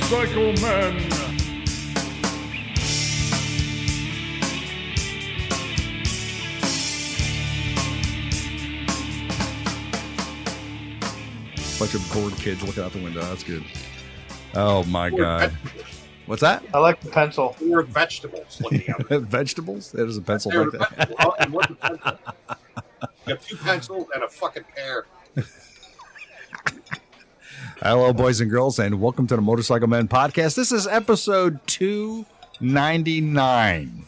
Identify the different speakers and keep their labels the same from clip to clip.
Speaker 1: Psycho Man. Bunch of bored kids looking out the window. That's good. Oh my god. What's that?
Speaker 2: I like the pencil.
Speaker 3: Or vegetables looking out.
Speaker 1: Vegetables? That is a pencil
Speaker 3: They're
Speaker 1: like that.
Speaker 3: vegetable. Oh, and what's a pencil? You have two pencils and a fucking pear.
Speaker 1: Hello, boys and girls, and welcome to the Motorcycle Men podcast. This is episode 299.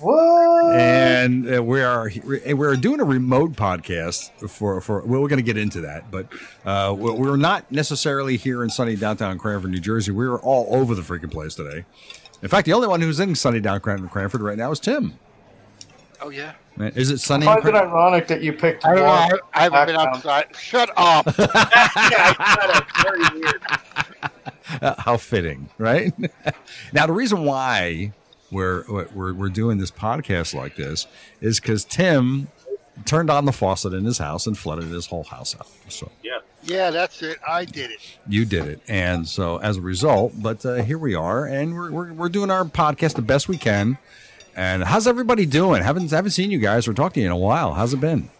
Speaker 2: What?
Speaker 1: and uh, we are and we're doing a remote podcast for for well, we're going to get into that, but uh, we're we're not necessarily here in sunny downtown Cranford, New Jersey. We were all over the freaking place today. In fact, the only one who's in sunny downtown Cranford right now is Tim.
Speaker 4: Oh yeah.
Speaker 1: Is it sunny?
Speaker 2: I
Speaker 1: in
Speaker 2: find it
Speaker 1: Cran-
Speaker 2: ironic that you picked.
Speaker 4: I don't know. I,
Speaker 2: one
Speaker 4: I haven't been
Speaker 2: background.
Speaker 4: outside. Shut up.
Speaker 3: yeah, it's very weird.
Speaker 1: How fitting, right? now, the reason why we're we're we're doing this podcast like this is because Tim turned on the faucet in his house and flooded his whole house out. So.
Speaker 3: Yeah.
Speaker 4: yeah, that's it. I did it.
Speaker 1: You did it. And so as a result, but uh, here we are and we're, we're, we're doing our podcast the best we can. And how's everybody doing? Haven't haven't seen you guys or talked to you in a while. How's it been?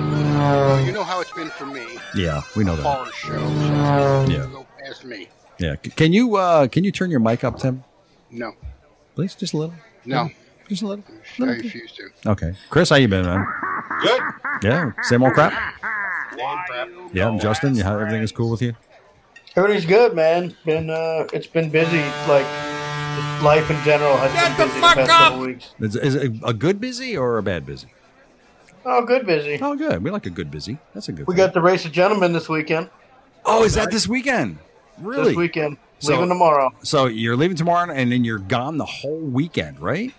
Speaker 4: Well, you know how it's been for me.
Speaker 1: Yeah, we know that.
Speaker 4: Horror shows.
Speaker 1: Yeah.
Speaker 4: Go past me.
Speaker 1: Yeah. C- Can you uh can you turn your mic up, Tim?
Speaker 4: No.
Speaker 1: Please just a little.
Speaker 4: No.
Speaker 1: Just a little.
Speaker 4: I refuse to.
Speaker 1: Okay. Chris, how you been, man?
Speaker 3: Good.
Speaker 1: Yeah, same old crap.
Speaker 3: Damn crap.
Speaker 1: Yeah, and Justin, you- how everything is cool with you?
Speaker 2: Everything's good, man. Been uh, it's been busy. Like just life in general has
Speaker 1: Shut
Speaker 2: been
Speaker 1: the
Speaker 2: busy
Speaker 1: fuck
Speaker 2: past
Speaker 1: up!
Speaker 2: couple weeks.
Speaker 1: Is, is it a good busy or a bad busy?
Speaker 2: Oh, good busy.
Speaker 1: Oh, good. We like a good busy. That's a good.
Speaker 2: We
Speaker 1: thing.
Speaker 2: got the race of gentlemen this weekend.
Speaker 1: Oh, is that this weekend? Really?
Speaker 2: This weekend,
Speaker 1: So-
Speaker 2: leaving tomorrow.
Speaker 1: So you're leaving tomorrow, and then you're gone the whole weekend, right?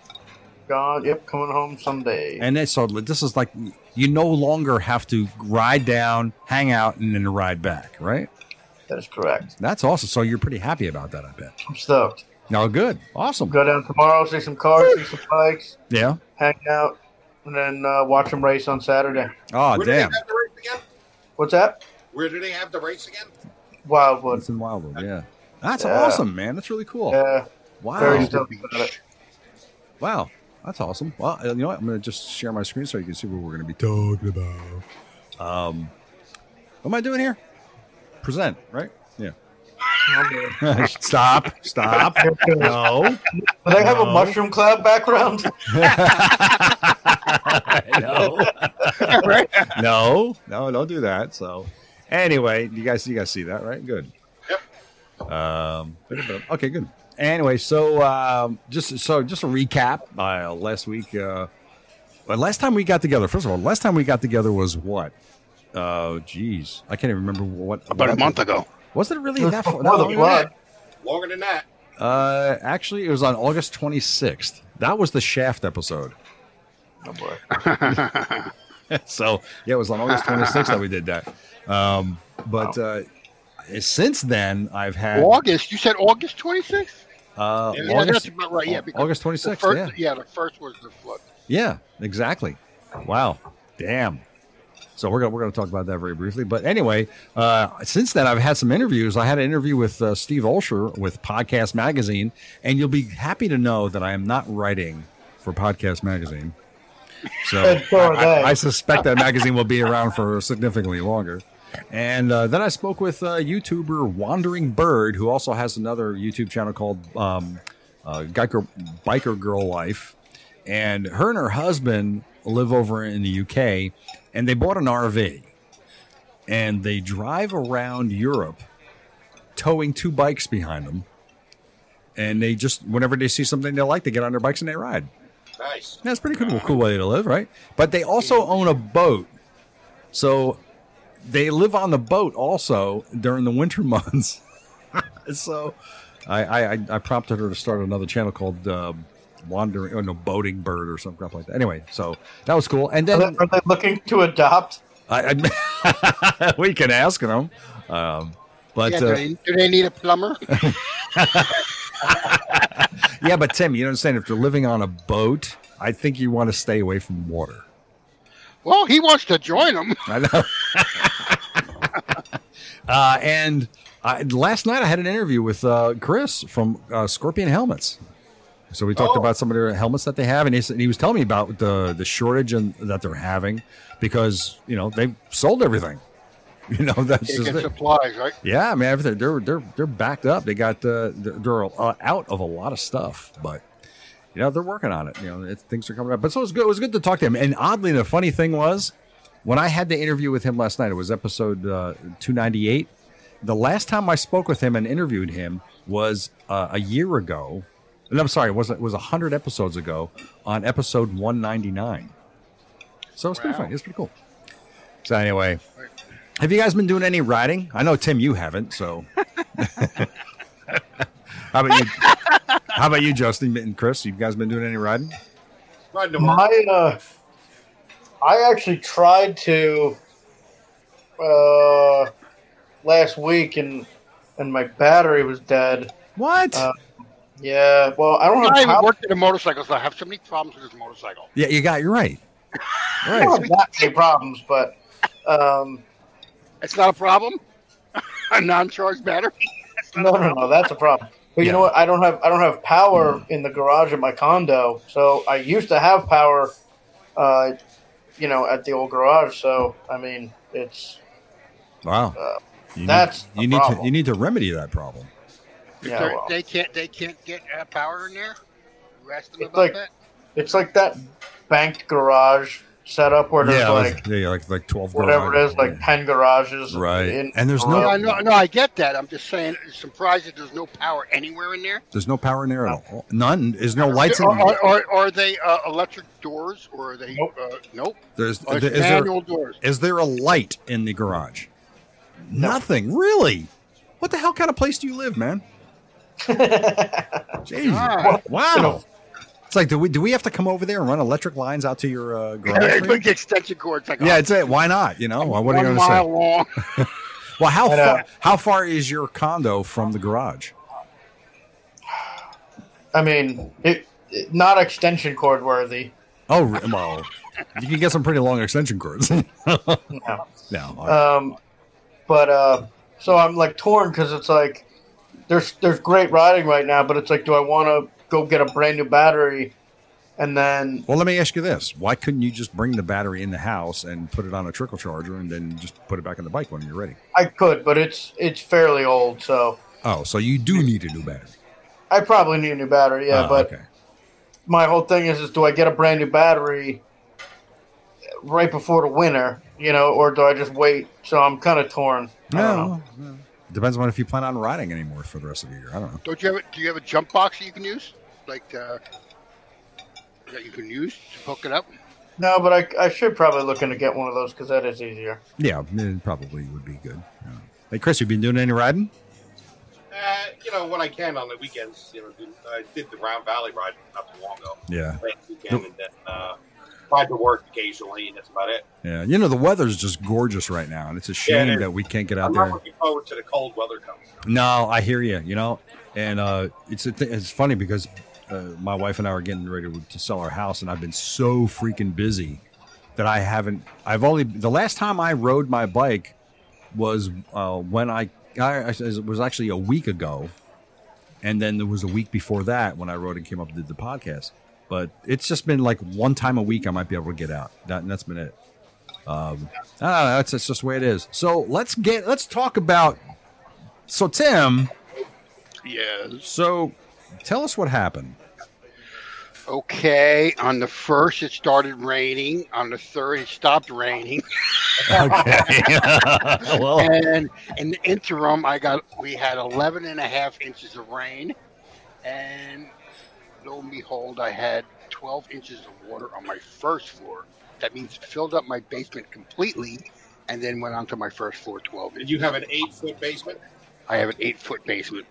Speaker 2: Gone. Yep, coming home someday.
Speaker 1: And then, so this is like you no longer have to ride down, hang out, and then ride back, right?
Speaker 2: that is correct.
Speaker 1: That's awesome. So you're pretty happy about that, I bet.
Speaker 2: I'm stoked.
Speaker 1: No, good, awesome.
Speaker 2: Go down tomorrow, see some cars, see some bikes,
Speaker 1: Yeah.
Speaker 2: hang out, and then uh, watch them race on Saturday.
Speaker 1: Oh,
Speaker 3: Where do they
Speaker 1: damn.
Speaker 3: have the race again?
Speaker 2: What's that?
Speaker 3: Where do they have the race again?
Speaker 2: Wildwood.
Speaker 1: It's in Wildwood. Yeah. That's
Speaker 2: Yeah.
Speaker 1: awesome, man. That's really cool.
Speaker 2: Yeah, very
Speaker 1: Wow.
Speaker 2: stoked about it.
Speaker 1: Wow. That's awesome. Well, uh, you know what? I'm going to just share my screen so you can see what we're going to be talking about. Um, what am I doing here? Present, right? Yeah.
Speaker 2: Okay.
Speaker 1: stop. Stop. No.
Speaker 2: Do they have a
Speaker 1: No.
Speaker 2: mushroom cloud background?
Speaker 1: no. no, no, don't do that. So, anyway, you guys, you guys see that, right? Good. Um, okay, good. Anyway, so um, just so just a recap. Uh, last week, uh, well, last time we got together. First of all, last time we got together was what? Oh, geez, I can't even remember what.
Speaker 4: About a
Speaker 1: what-
Speaker 4: month ago.
Speaker 1: Was it really that far?
Speaker 2: Before the
Speaker 1: that long ago?
Speaker 2: flood.
Speaker 3: Longer than that.
Speaker 1: Uh, actually, it was on August twenty sixth. That was the Shaft episode.
Speaker 2: Oh boy.
Speaker 1: so yeah, it was on August 26th that we did that. Um, but uh, since then, I've had
Speaker 4: August. You said August 26th?
Speaker 1: uh,
Speaker 3: Yeah,
Speaker 4: Yeah, that's
Speaker 1: August,
Speaker 4: about right. Yeah, because
Speaker 1: August
Speaker 4: the
Speaker 1: 26th.
Speaker 4: first,
Speaker 1: yeah,
Speaker 4: yeah. the first was the flood.
Speaker 1: yeah, exactly. Wow, damn. So we're gonna we're gonna talk about that very briefly. But anyway, uh, since then I've had some interviews. I had an interview with uh, Steve Olsher with Podcast Magazine, and you'll be happy to know that I am not writing for Podcast Magazine. So
Speaker 2: And so are
Speaker 1: I- I,
Speaker 2: they.
Speaker 1: I suspect that magazine will be around for significantly longer. And uh, then I spoke with uh, YouTuber Wandering Bird, who also has another YouTube channel called um, uh, Geico, Biker Girl Life. And her and her husband live over in the UK, and they bought an RV. And they drive around Europe towing two bikes behind them. And they just, whenever they see something they like, they get on their bikes and they ride.
Speaker 3: Nice.
Speaker 1: That's pretty cool. Cool way to live, right? But they also own a boat, so they live on the boat also during the winter months. so, I, I I- I prompted her to start another channel called uh, Wandering, or no, Boating Bird or some crap like that. Anyway, so that was cool. And
Speaker 2: Are
Speaker 1: then
Speaker 2: they, are they looking to adopt?
Speaker 1: I, I- we can ask them, um, but
Speaker 4: yeah,
Speaker 1: uh,
Speaker 4: do, they, do they need a plumber?
Speaker 1: yeah, but Tim, you understand if you're living on a boat, I think you want to stay away from water.
Speaker 4: well, he wants to join them.
Speaker 1: I know. uh, and I, last night I had an interview with uh, Chris from uh, Scorpion Helmets. So we talked
Speaker 3: Oh.
Speaker 1: about some of their helmets that they have, and he, s- and he was telling me about the the shortage and that they're having because you know they've sold everything. You know that's
Speaker 4: Can't
Speaker 1: just
Speaker 4: get
Speaker 1: it.
Speaker 4: supplies, right?
Speaker 1: yeah. I mean, everything they're they're they're backed up. They got uh, they're, they're uh, out of a lot of stuff, but you know they're working on it. You know it, things are coming up, but so it was good. It was good to talk to him. And oddly, the funny thing was when I had the interview with him last night. It was episode uh, two ninety eight. The last time I spoke with him and interviewed him was uh, a year ago. And I'm sorry, it was it was hundred episodes ago on episode one ninety nine. So it's pretty
Speaker 4: Wow.
Speaker 1: fun. It's pretty cool. So anyway, have you guys been doing any riding? I know Tim, you haven't. So how about you? How about you, Justin and Chris? You guys been doing any riding?
Speaker 3: Riding to work.
Speaker 2: My, uh, I actually tried to uh, last week, and and my battery was dead.
Speaker 1: What?
Speaker 2: Uh, Yeah, well, I don't
Speaker 4: I
Speaker 2: have
Speaker 4: haven't
Speaker 2: power.
Speaker 4: worked in a motorcycle, so I have so many problems with this motorcycle.
Speaker 1: yeah, you got. You're right.
Speaker 2: I don't
Speaker 1: Right.
Speaker 2: have that many problems, but um,
Speaker 4: It's not a problem. a non-charged battery. That's not
Speaker 2: no,
Speaker 4: a
Speaker 2: no,
Speaker 4: problem.
Speaker 2: no, that's a problem. But you
Speaker 1: Yeah.
Speaker 2: know what? I don't have I don't have power in the garage at my condo. So I used to have power, uh, you know, at the old garage. So I mean, it's
Speaker 1: Wow. You
Speaker 2: Uh, that's
Speaker 1: need,
Speaker 2: the
Speaker 1: you need to
Speaker 2: problem.
Speaker 1: you need to remedy that problem.
Speaker 2: yeah,
Speaker 4: They're-
Speaker 2: well.
Speaker 4: They can't. They can't get uh, power in there. You ask them
Speaker 2: It's
Speaker 4: about
Speaker 2: like-
Speaker 4: that.
Speaker 2: It's like that banked garage setup where there's
Speaker 1: yeah,
Speaker 2: like
Speaker 1: yeah, like like twelve.
Speaker 2: whatever it
Speaker 1: garage-
Speaker 2: is, like ten garages.
Speaker 1: Right.
Speaker 2: in-
Speaker 1: And there's
Speaker 4: No,
Speaker 1: no-
Speaker 4: I know. No, I get that. I'm just saying, it's surprised that there's no power anywhere in there.
Speaker 1: There's no power in there at
Speaker 2: uh,
Speaker 1: all. None. There's no lights in
Speaker 4: Are,
Speaker 1: there.
Speaker 4: are, are, are they uh, electric doors, or are they?
Speaker 2: Nope.
Speaker 4: Uh, nope.
Speaker 1: There's
Speaker 4: Or
Speaker 1: is
Speaker 4: it's
Speaker 1: there
Speaker 4: manual doors.
Speaker 1: is there a light in the garage? Nothing really. What the hell kind of place do you live, man? Jeez.
Speaker 4: Ah.
Speaker 1: Wow. It's like, do we do we have to come over there and run electric lines out to your uh, garage? for you?
Speaker 4: Big extension cords. Like
Speaker 1: yeah, it's it. Why not? You know, what are you going to
Speaker 4: one mile
Speaker 1: say?
Speaker 4: long.
Speaker 1: Well, how
Speaker 2: And, uh,
Speaker 1: far how far is your condo from the garage?
Speaker 2: I mean, it, it- not extension cord worthy.
Speaker 1: Oh, re- well, you can get some pretty long extension cords.
Speaker 2: No.
Speaker 1: no,
Speaker 2: Um, but uh, so I'm like torn because it's like there's there's great riding right now, but it's like, do I want to go get a brand new battery and then
Speaker 1: Well, let me ask you this: Why couldn't you just bring the battery in the house and put it on a trickle charger, and then just put it back on the bike when you're ready?
Speaker 2: I could, but it's it's fairly old, so
Speaker 1: Oh, so you do need a new battery.
Speaker 2: I probably need a new battery. Yeah,
Speaker 1: Oh,
Speaker 2: but
Speaker 1: okay.
Speaker 2: my whole thing is is do I get a brand new battery right before the winter, you know, or do I just wait? So I'm kind of torn. I don't know.
Speaker 1: no, no. depends on if you plan on riding anymore for the rest of the year. I don't know.
Speaker 4: Don't you have? a- Do you have a jump box that you can use? Like uh, that you can use to hook it up.
Speaker 2: No, but I, I should probably look into get one of those because that is easier.
Speaker 1: Yeah, it probably would be good. Yeah. Hey, Chris, you been doing any riding?
Speaker 3: Uh, you know, when I can on the weekends, you know, do- I did the Round Valley ride not too long ago.
Speaker 1: Yeah,
Speaker 3: Last weekend, and then uh, ride to work occasionally, and that's about it.
Speaker 1: yeah. You know the weather's just gorgeous right now, and it's a
Speaker 3: Yeah, it
Speaker 1: shame
Speaker 3: is.
Speaker 1: that we can't get
Speaker 3: I'm
Speaker 1: out
Speaker 3: not
Speaker 1: there.
Speaker 3: looking forward to the cold weather coming.
Speaker 1: No, I hear you. You know, and uh, it's a th- it's funny because uh, my wife and I are getting ready to sell our house, and I've been so freaking busy that I haven't. I've only the last time I rode my bike was uh, when I, I it was actually a week ago, and then there was a week before that when I rode and came up and did the podcast. But it's just been like one time a week I might be able to get out. That, and that's been it. Um, I don't know, that's, that's just the way it is. So let's get let's talk about. So Tim,
Speaker 4: Yes.
Speaker 1: so, tell us what happened.
Speaker 4: Okay. On the first, it started raining. On the third, it stopped raining.
Speaker 1: Okay. well,
Speaker 4: and in the interim i got we had 11 and a half inches of rain and lo and behold i had 12 inches of water on my first floor that means it filled up my basement completely and then went onto my first floor 12
Speaker 3: And
Speaker 4: inches
Speaker 3: you have an eight foot basement.
Speaker 4: i have an eight foot basement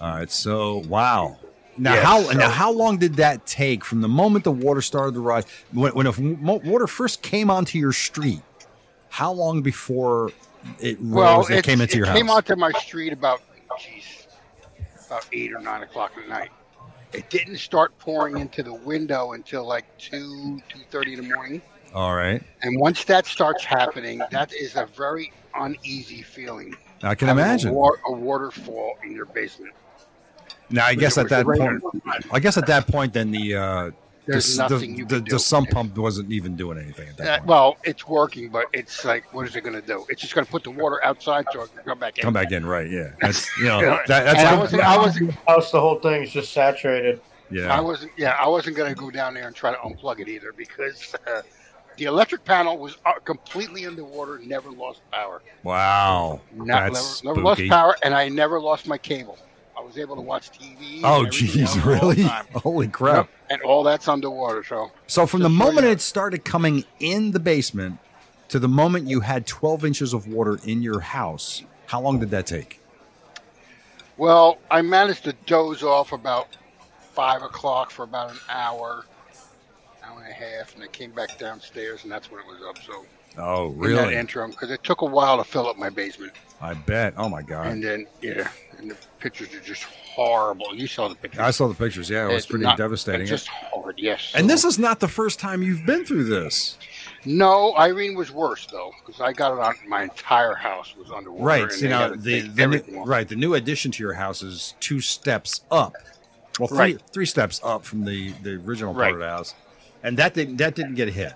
Speaker 1: all right. So, wow. Now,
Speaker 4: Yeah,
Speaker 1: how
Speaker 4: so-
Speaker 1: now how long did that take from the moment the water started to rise? When, when if mo- water first came onto your street, how long before it rose and
Speaker 4: it's-
Speaker 1: came into
Speaker 4: it
Speaker 1: your
Speaker 4: came
Speaker 1: house?
Speaker 4: onto my street about jeez, about eight or nine o'clock at night. It didn't start pouring into the window until like two two thirty in the morning.
Speaker 1: all right.
Speaker 4: And once that starts happening, that is a very uneasy feeling.
Speaker 1: I can
Speaker 4: having
Speaker 1: imagine.
Speaker 4: A, wa- a waterfall in your basement.
Speaker 1: now, I guess at that
Speaker 4: Right.
Speaker 1: point, I guess at that point, then the uh,
Speaker 4: There's
Speaker 1: the,
Speaker 4: nothing
Speaker 1: the,
Speaker 4: you
Speaker 1: the,
Speaker 4: can do.
Speaker 1: the sump pump wasn't even doing anything at that
Speaker 4: Uh,
Speaker 1: point.
Speaker 4: well, it's working, but it's like, what is it going to do? It's just going to put the water outside so it can come back in.
Speaker 1: Come back in, right? Yeah, that's you know
Speaker 4: Yeah.
Speaker 1: that, that's
Speaker 4: And I
Speaker 1: how-
Speaker 4: wasn't, I wasn't,
Speaker 2: House, the whole thing is just saturated.
Speaker 4: I
Speaker 1: yeah.
Speaker 4: wasn't, yeah, I wasn't going to go down there and try to unplug it either because uh, the electric panel was uh, completely underwater, never lost power.
Speaker 1: Wow,
Speaker 4: Not,
Speaker 1: that's
Speaker 4: never, never
Speaker 1: spooky.
Speaker 4: lost power, and I never lost my cable. I was able to watch TV. and
Speaker 1: Oh,
Speaker 4: everything
Speaker 1: jeez,
Speaker 4: else all the
Speaker 1: really?
Speaker 4: time.
Speaker 1: Holy crap!
Speaker 4: And all that's underwater, so
Speaker 1: So from the
Speaker 4: Just so
Speaker 1: moment
Speaker 4: you know.
Speaker 1: it started coming in the basement to the moment you had 12 inches of water in your house, how long did that take?
Speaker 4: Well, I managed to doze off about five o'clock for about an hour, hour and a half, and I came back downstairs, and that's when it was up. So
Speaker 1: Oh,
Speaker 4: in that
Speaker 1: really?
Speaker 4: interim, because it took a while to fill up my basement,
Speaker 1: I bet. Oh my god!
Speaker 4: and then yeah, and the pictures are just horrible. You saw the pictures.
Speaker 1: I saw the pictures. Yeah, it was
Speaker 4: It's
Speaker 1: pretty
Speaker 4: not-
Speaker 1: devastating.
Speaker 4: It's just hard, yes.
Speaker 1: and this
Speaker 4: So-
Speaker 1: is not the first time you've been through this,
Speaker 4: no Irene was worse though, because I got it on my entire house was underwater.
Speaker 1: right?
Speaker 4: and
Speaker 1: You
Speaker 4: they had
Speaker 1: know,
Speaker 4: to
Speaker 1: the,
Speaker 4: take
Speaker 1: the
Speaker 4: everything
Speaker 1: new,
Speaker 4: off.
Speaker 1: right the new addition to your house is two steps up. Well, three
Speaker 4: Right.
Speaker 1: three steps up from the the original part
Speaker 4: Right.
Speaker 1: of the house, and that didn't that didn't get hit.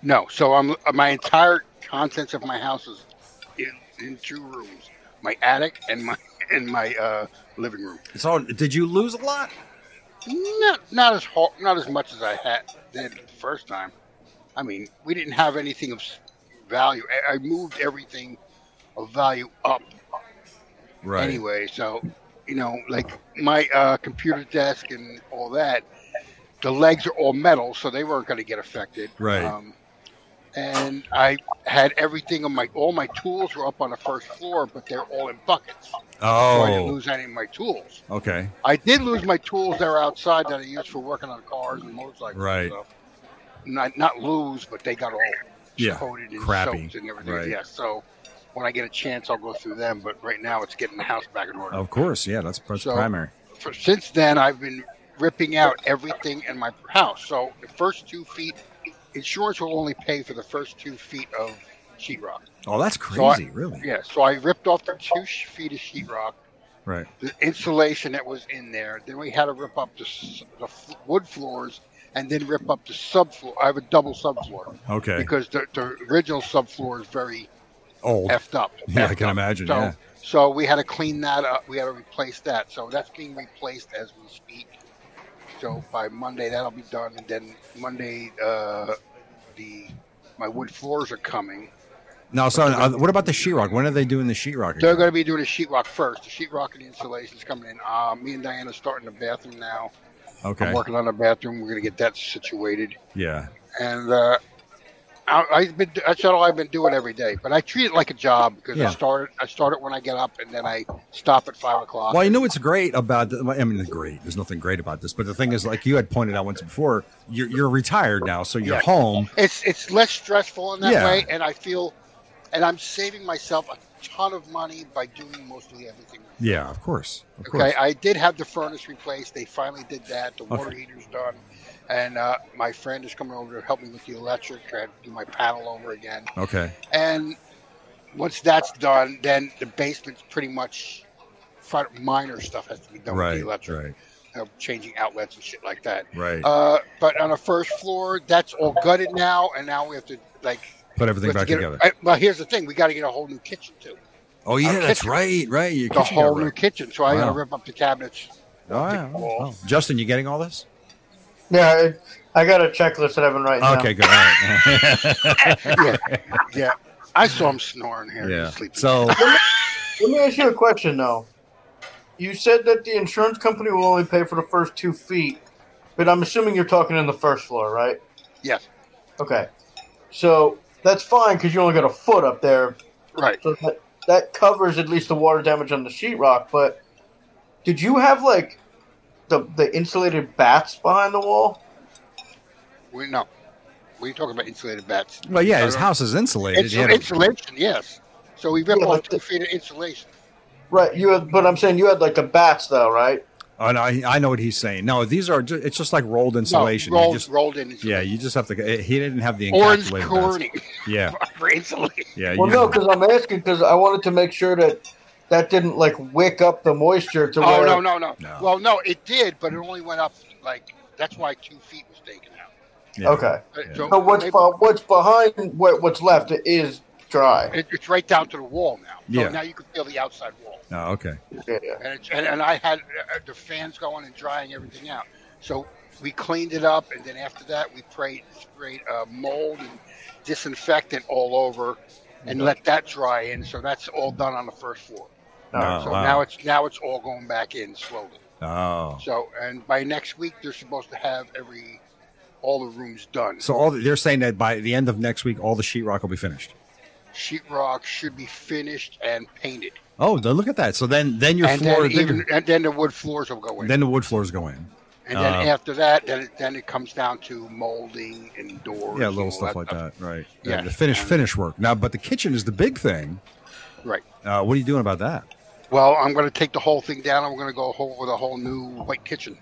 Speaker 4: No, so I'm uh, my entire contents of my house is in, in two rooms: my attic and my and my uh, living room.
Speaker 1: So did you lose a lot?
Speaker 4: Not not as ho- not as much as I had did the first time. I mean, we didn't have anything of s- value. I, I moved everything of value up
Speaker 1: Right.
Speaker 4: anyway. So you know, like my uh, computer desk and all that. The legs are all metal, so they weren't going to get affected.
Speaker 1: Right.
Speaker 4: Um, and I had everything on my all my tools were up on the first floor, but they're all in buckets. So I didn't
Speaker 1: Oh.
Speaker 4: lose any of my tools.
Speaker 1: Okay.
Speaker 4: I did lose my tools that are outside that I used for working on cars and motorcycles. and
Speaker 1: Right.
Speaker 4: stuff. Not not lose, but they got all
Speaker 1: Yeah,
Speaker 4: coated and
Speaker 1: crappy.
Speaker 4: soaked and everything.
Speaker 1: Right.
Speaker 4: Yeah. So when I get a chance, I'll go through them. But right now, it's getting the house back in order.
Speaker 1: Of course. Yeah. That's, that's
Speaker 4: So-
Speaker 1: primary.
Speaker 4: For, since then, I've been ripping out everything in my house. So the first two feet, insurance will only pay for the first two feet of sheetrock.
Speaker 1: Oh, that's crazy.
Speaker 4: So I-
Speaker 1: really.
Speaker 4: Yeah, so I ripped off the two sh- feet of sheetrock,
Speaker 1: Right.
Speaker 4: the insulation that was in there. Then we had to rip up the, s- the f- wood floors and then rip up the subfloor. I have a double subfloor
Speaker 1: Okay.
Speaker 4: because the, the original subfloor is very
Speaker 1: Old.
Speaker 4: effed up.
Speaker 1: Yeah, I
Speaker 4: effed
Speaker 1: can
Speaker 4: up.
Speaker 1: imagine.
Speaker 4: So,
Speaker 1: yeah.
Speaker 4: so we had to clean that up. We had to replace that. So that's being replaced as we speak. So by Monday that'll be done, and then Monday uh, the my wood floors are coming.
Speaker 1: Now, so uh, what about the sheetrock? When are they doing the sheetrock?
Speaker 4: They're
Speaker 1: again?
Speaker 4: going to be doing the sheetrock first. The sheetrock and the insulation's coming in. Uh, me and Diana starting the bathroom now.
Speaker 1: Okay.
Speaker 4: I'm working on the bathroom. We're going to get that situated.
Speaker 1: Yeah.
Speaker 4: and uh, I, I've been that's all I've been doing every day. But I treat it like a job because
Speaker 1: Yeah.
Speaker 4: I start I start it when I get up, and then I stop at five o'clock.
Speaker 1: Well, you know what's great about the, I mean, great. There's nothing great about this, but the thing is, like you had pointed out once before, you're, you're retired now, so you're
Speaker 4: Yeah.
Speaker 1: home.
Speaker 4: It's it's less stressful in that
Speaker 1: Yeah.
Speaker 4: way, and I feel, and I'm saving myself a ton of money by doing mostly everything.
Speaker 1: Yeah, of course, of
Speaker 4: Okay,
Speaker 1: course.
Speaker 4: I did have the furnace replaced. They finally did that. The water heater's done, and uh, my friend is coming over to help me with the electric. I have to do my panel over again.
Speaker 1: Okay.
Speaker 4: And once that's done, then the basement's pretty much fi- minor stuff has to be done with
Speaker 1: Right.
Speaker 4: the electric,
Speaker 1: Right.
Speaker 4: you know, changing outlets and shit like that.
Speaker 1: Right.
Speaker 4: Uh, but on the first floor, that's all gutted now, and now we have to like
Speaker 1: Put
Speaker 4: we
Speaker 1: everything
Speaker 4: have to
Speaker 1: back
Speaker 4: get a-
Speaker 1: together.
Speaker 4: I- well, here's the thing: we got to get a whole new kitchen too.
Speaker 1: oh yeah,
Speaker 4: our
Speaker 1: that's
Speaker 4: kitchen-
Speaker 1: right. Right. Your
Speaker 4: Uh, The
Speaker 1: kitchen got
Speaker 4: whole new
Speaker 1: wrecked.
Speaker 4: kitchen. So I got to
Speaker 1: Wow.
Speaker 4: rip up the cabinets.
Speaker 1: Oh, yeah. Oh, wow. Justin, you getting all this?
Speaker 2: Yeah, I, I got a checklist that I've been writing down.
Speaker 1: Okay, good. All right.
Speaker 4: yeah, yeah. I saw him snoring here.
Speaker 1: yeah.
Speaker 4: Sleeping.
Speaker 1: So
Speaker 2: Let me ask you a question though. You said that the insurance company will only pay for the first two feet, but I'm assuming you're talking in the first floor, right?
Speaker 4: yes,
Speaker 2: Okay. So that's fine because you only got a foot up there,
Speaker 4: right.
Speaker 2: so that, that covers at least the water damage on the sheetrock. But did you have like the the insulated bats behind the wall?
Speaker 4: We no. We talking about insulated bats.
Speaker 1: Well, yeah,
Speaker 4: I
Speaker 1: his
Speaker 4: don't-
Speaker 1: house is insulated.
Speaker 4: Insul-
Speaker 1: He had a-
Speaker 4: insulation, yes. So we ripped
Speaker 2: Yeah,
Speaker 4: off
Speaker 2: but
Speaker 4: two
Speaker 2: the-
Speaker 4: feet of insulation.
Speaker 2: Right. You had, but I'm saying you had like the bats though, right?
Speaker 1: oh, no, I, I know what he's saying. No, these are just, it's just like rolled insulation.
Speaker 4: No,
Speaker 1: You
Speaker 4: rolled,
Speaker 1: just-
Speaker 4: rolled in
Speaker 1: yeah,
Speaker 4: insulation.
Speaker 1: you just have to. eh, He didn't have the
Speaker 4: Orange
Speaker 1: encapsulated. bats.
Speaker 4: corning
Speaker 1: Yeah,
Speaker 4: for insulation.
Speaker 1: yeah.
Speaker 2: Well,
Speaker 1: you-
Speaker 2: no, because I'm asking because I wanted to make sure that that didn't like wick up the moisture to
Speaker 4: Oh
Speaker 2: where
Speaker 4: no, no, no,
Speaker 1: No.
Speaker 4: Well, no, it did, but it only went up like that's why two feet was taken out.
Speaker 1: Yeah.
Speaker 2: okay.
Speaker 4: Uh,
Speaker 1: Yeah.
Speaker 2: So what's
Speaker 4: maybe-
Speaker 2: be- what's behind what, what's left is dry.
Speaker 4: it, it's right down to the wall now. So
Speaker 1: Yeah.
Speaker 4: now you can feel the outside wall,
Speaker 1: Oh, okay.
Speaker 2: Yeah.
Speaker 4: and it's, and, and I had uh, the fans going and drying everything out. So we cleaned it up, and then after that, we sprayed sprayed uh, mold and disinfectant all over, and let that dry in. So that's all done on the first floor.
Speaker 1: Oh,
Speaker 4: so
Speaker 1: wow.
Speaker 4: now it's now it's all going back in slowly.
Speaker 1: Oh.
Speaker 4: So, and by next week, they're supposed to have every all the rooms done.
Speaker 1: So all the, they're saying that by the end of next week, all the sheetrock will be finished.
Speaker 4: Sheetrock should be finished and painted,
Speaker 1: Oh, then look at that. So then, then your
Speaker 4: and
Speaker 1: floor,
Speaker 4: then
Speaker 1: then,
Speaker 4: even and then the wood floors will go
Speaker 1: your-
Speaker 4: in.
Speaker 1: then the wood floors go in.
Speaker 4: and then
Speaker 1: uh,
Speaker 4: after that, then it, then it comes down to molding and doors.
Speaker 1: Yeah,
Speaker 4: and
Speaker 1: little
Speaker 4: all
Speaker 1: stuff like that, right? Yeah,
Speaker 4: Yeah.
Speaker 1: the finish, finish work. Now, but the kitchen is the big thing.
Speaker 4: Right.
Speaker 1: Uh, what are you doing about that?
Speaker 4: Well, I'm going to take the whole thing down. I'm going to go home with a whole new white kitchen.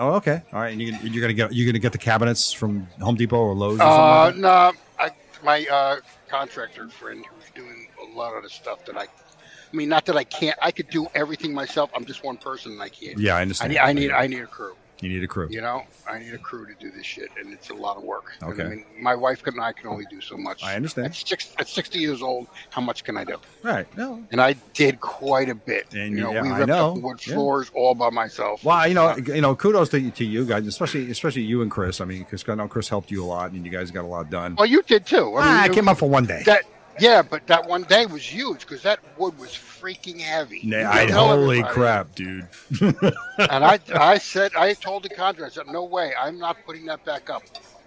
Speaker 1: Oh, okay. All right. And you're, you're gonna get you're gonna get the cabinets from Home Depot or Lowe's. Or something
Speaker 4: Uh,
Speaker 1: like that?
Speaker 4: no, I, my uh, contractor friend who's doing a lot of the stuff that I, I mean, not that I can't. I could do everything myself. I'm just one person, and I can't.
Speaker 1: Yeah, I
Speaker 4: I
Speaker 1: understand.
Speaker 4: need, I need, I need a crew.
Speaker 1: You need a crew.
Speaker 4: You know, I need a crew to do this shit, and it's a lot of work. And
Speaker 1: Okay.
Speaker 4: I mean, my wife and I can only do so much.
Speaker 1: I understand.
Speaker 4: At, six, at sixty years old, how much can I do?
Speaker 1: Right. No.
Speaker 4: And I did quite a bit.
Speaker 1: And
Speaker 4: you know,
Speaker 1: yeah,
Speaker 4: we
Speaker 1: I
Speaker 4: ripped
Speaker 1: know.
Speaker 4: up the wood
Speaker 1: Yeah.
Speaker 4: floors all by myself.
Speaker 1: Well, you know, you know, kudos to, to you guys, especially especially you and Chris. I mean, because I know Chris helped you a lot, and you guys got a lot done.
Speaker 4: Well, you did too. I mean,
Speaker 1: ah, I
Speaker 4: you-
Speaker 1: came up for one day.
Speaker 4: that. Yeah, but that one day was huge because that wood was freaking heavy.
Speaker 1: Nah,
Speaker 4: You
Speaker 1: I-
Speaker 4: tell
Speaker 1: holy
Speaker 4: everybody.
Speaker 1: crap, dude!
Speaker 4: And I, I said, I told the contractor, I said, no way, I'm not putting that back up.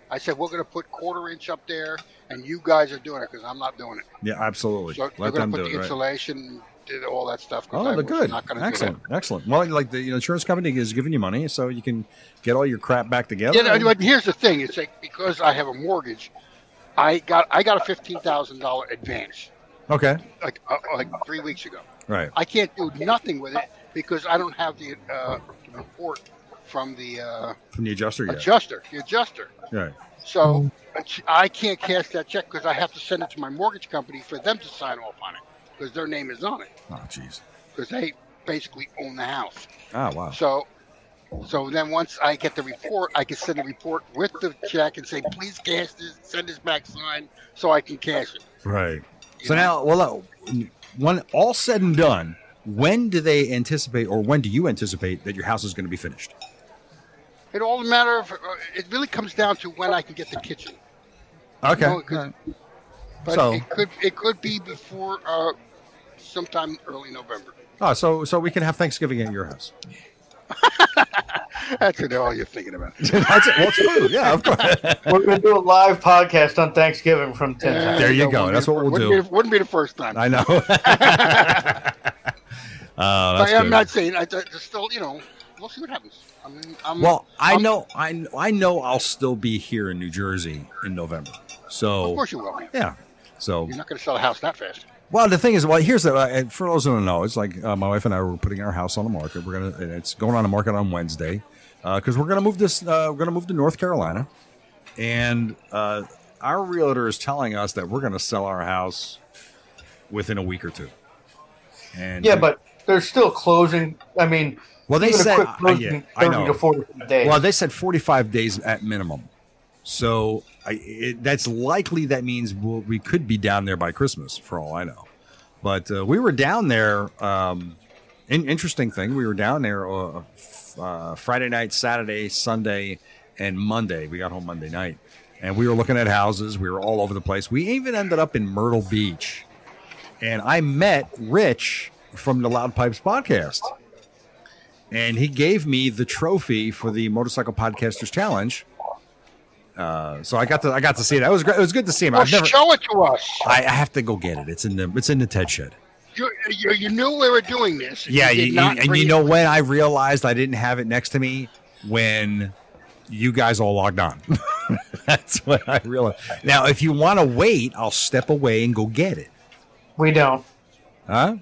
Speaker 4: I said, we're going to put quarter inch up there, and you guys are doing it because I'm not doing it.
Speaker 1: Yeah, absolutely.
Speaker 4: So they're
Speaker 1: Let them
Speaker 4: going to
Speaker 1: do
Speaker 4: put the
Speaker 1: it. Right.
Speaker 4: insulation, did all that stuff. 'cause I
Speaker 1: Oh, they're
Speaker 4: was
Speaker 1: good.
Speaker 4: not gonna do
Speaker 1: Excellent. Excellent. Well, like the insurance company is giving you money, so you can get all your crap back
Speaker 4: that.
Speaker 1: together.
Speaker 4: Yeah, no, but here's the thing: it's like because I have a mortgage, I got I got a fifteen thousand dollar advance
Speaker 1: okay.
Speaker 4: like uh, like three weeks ago.
Speaker 1: Right.
Speaker 4: I can't do nothing with it because I don't have the uh, report from the uh,
Speaker 1: From the adjuster. Yeah.
Speaker 4: adjuster. The adjuster.
Speaker 1: Right.
Speaker 4: So I can't cash that check because I have to send it to my mortgage company for them to sign off on it because their name is on it
Speaker 1: Oh, jeez.
Speaker 4: because they basically own the house.
Speaker 1: Ah, wow.
Speaker 4: So, so then once I get the report, I can send the report with the check and say, please cash this, send this back signed so I can cash it.
Speaker 1: Right.
Speaker 4: You
Speaker 1: So
Speaker 4: know?
Speaker 1: now, well, uh, when all said and done, when do they anticipate, or when do you anticipate that your house is going to be finished?
Speaker 4: it all a matter of uh, it really comes down to when I can get the kitchen.
Speaker 1: Okay.
Speaker 4: No, it could-
Speaker 1: All right.
Speaker 4: But
Speaker 1: So-
Speaker 4: it could it could be before uh, sometime early November.
Speaker 1: Oh, so so we can have Thanksgiving at your house.
Speaker 4: That's what all you're thinking about.
Speaker 1: That's it. Well, it's food. Yeah, of course.
Speaker 2: We're gonna do a live podcast on Thanksgiving from ten.
Speaker 4: Yeah,
Speaker 1: There you go.
Speaker 4: wouldn't
Speaker 1: That's
Speaker 4: be
Speaker 1: what
Speaker 4: the fir-
Speaker 1: we'll
Speaker 4: wouldn't
Speaker 1: do.
Speaker 4: Be, the- wouldn't be the first time.
Speaker 1: I know. oh, that's
Speaker 4: I, am
Speaker 1: good.
Speaker 4: not saying. I, I- still, you know, we'll see what happens. I mean, I'm,
Speaker 1: well, I
Speaker 4: I'm-
Speaker 1: know, I I know, I'll still be here in New Jersey in November.
Speaker 4: Of
Speaker 1: So
Speaker 4: course you will. man.
Speaker 1: yeah. So
Speaker 4: You're not going to sell a house that fast.
Speaker 1: Well, the thing is, well, here's the uh, for those who don't know, it's like uh, my wife and I were putting our house on the market. We're gonna, and it's going on the market on Wednesday because we're gonna move this. Uh, we're gonna move to North Carolina, and uh, our realtor is telling us that we're gonna sell our house within a week or two. And
Speaker 2: Yeah, but they're still closing. I mean,
Speaker 1: well, they
Speaker 2: even a
Speaker 1: said
Speaker 2: quick
Speaker 1: uh,
Speaker 2: closing
Speaker 1: yeah, I
Speaker 2: thirty to
Speaker 1: know.
Speaker 2: forty days.
Speaker 1: Well, they said 45 days at minimum. So I, it, that's likely that means we'll, we could be down there by Christmas, for all I know. But uh, we were down there. Um, in, interesting thing, we were down there uh, f- uh, Friday night, Saturday, Sunday, and Monday. We got home Monday night, and we were looking at houses. We were all over the place. We even ended up in Myrtle Beach, and I met Rich from the Loud Pipes podcast and he gave me the trophy for the motorcycle podcasters challenge. Uh, so I got to I got to see that. It was great. It was good to see him.
Speaker 4: Well,
Speaker 1: I've never,
Speaker 4: show it to us.
Speaker 1: I, I have to go get it. It's in the it's in the Ted shed.
Speaker 4: You, you, you knew we were doing this.
Speaker 1: Yeah,
Speaker 4: did
Speaker 1: you, you-
Speaker 4: not
Speaker 1: and
Speaker 4: bring
Speaker 1: you
Speaker 4: it-
Speaker 1: know when I realized I didn't have it next to me when you guys all logged on. That's what I realized. Now, if you want to wait, I'll step away and go get it.
Speaker 2: we don't.
Speaker 1: Huh?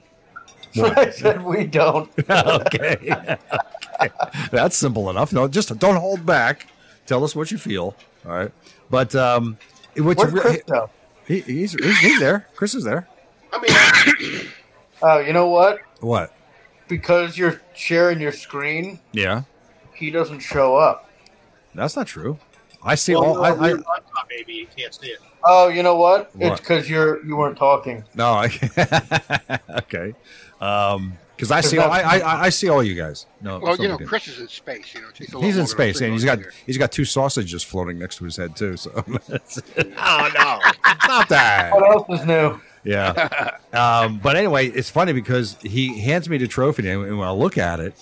Speaker 1: What?
Speaker 2: I said we don't.
Speaker 1: okay. Okay. That's simple enough. No, just don't hold back. Tell us what you feel. All right. But um, what's
Speaker 2: Where's
Speaker 1: re-
Speaker 2: Chris though?
Speaker 1: he, he's, he's he's there. Chris is there.
Speaker 3: I mean,
Speaker 2: Oh, you know what?
Speaker 1: What?
Speaker 2: because you're sharing your screen,
Speaker 1: Yeah,
Speaker 2: he doesn't show up.
Speaker 1: that's not true. I see
Speaker 3: Well,
Speaker 1: all.
Speaker 3: you're on
Speaker 1: I, I,
Speaker 3: your laptop, maybe you can't see it.
Speaker 2: Oh, you know what?
Speaker 1: What?
Speaker 2: It's because you're you weren't talking.
Speaker 1: no. I, okay. Um, because I see all. I, I I see all you guys. No.
Speaker 4: Well,
Speaker 1: so
Speaker 4: you
Speaker 1: we
Speaker 4: know,
Speaker 1: didn't.
Speaker 4: Chris is in space. You know, it takes a lot
Speaker 1: He's in
Speaker 4: longer to
Speaker 1: space, and
Speaker 4: figure
Speaker 1: he's
Speaker 4: out
Speaker 1: got
Speaker 4: here.
Speaker 1: he's got two sausages floating next to his head too. So
Speaker 4: Oh no!
Speaker 1: stop that.
Speaker 2: What else is new?
Speaker 1: Yeah. um, but anyway, it's funny because he hands me the trophy and when I look at it,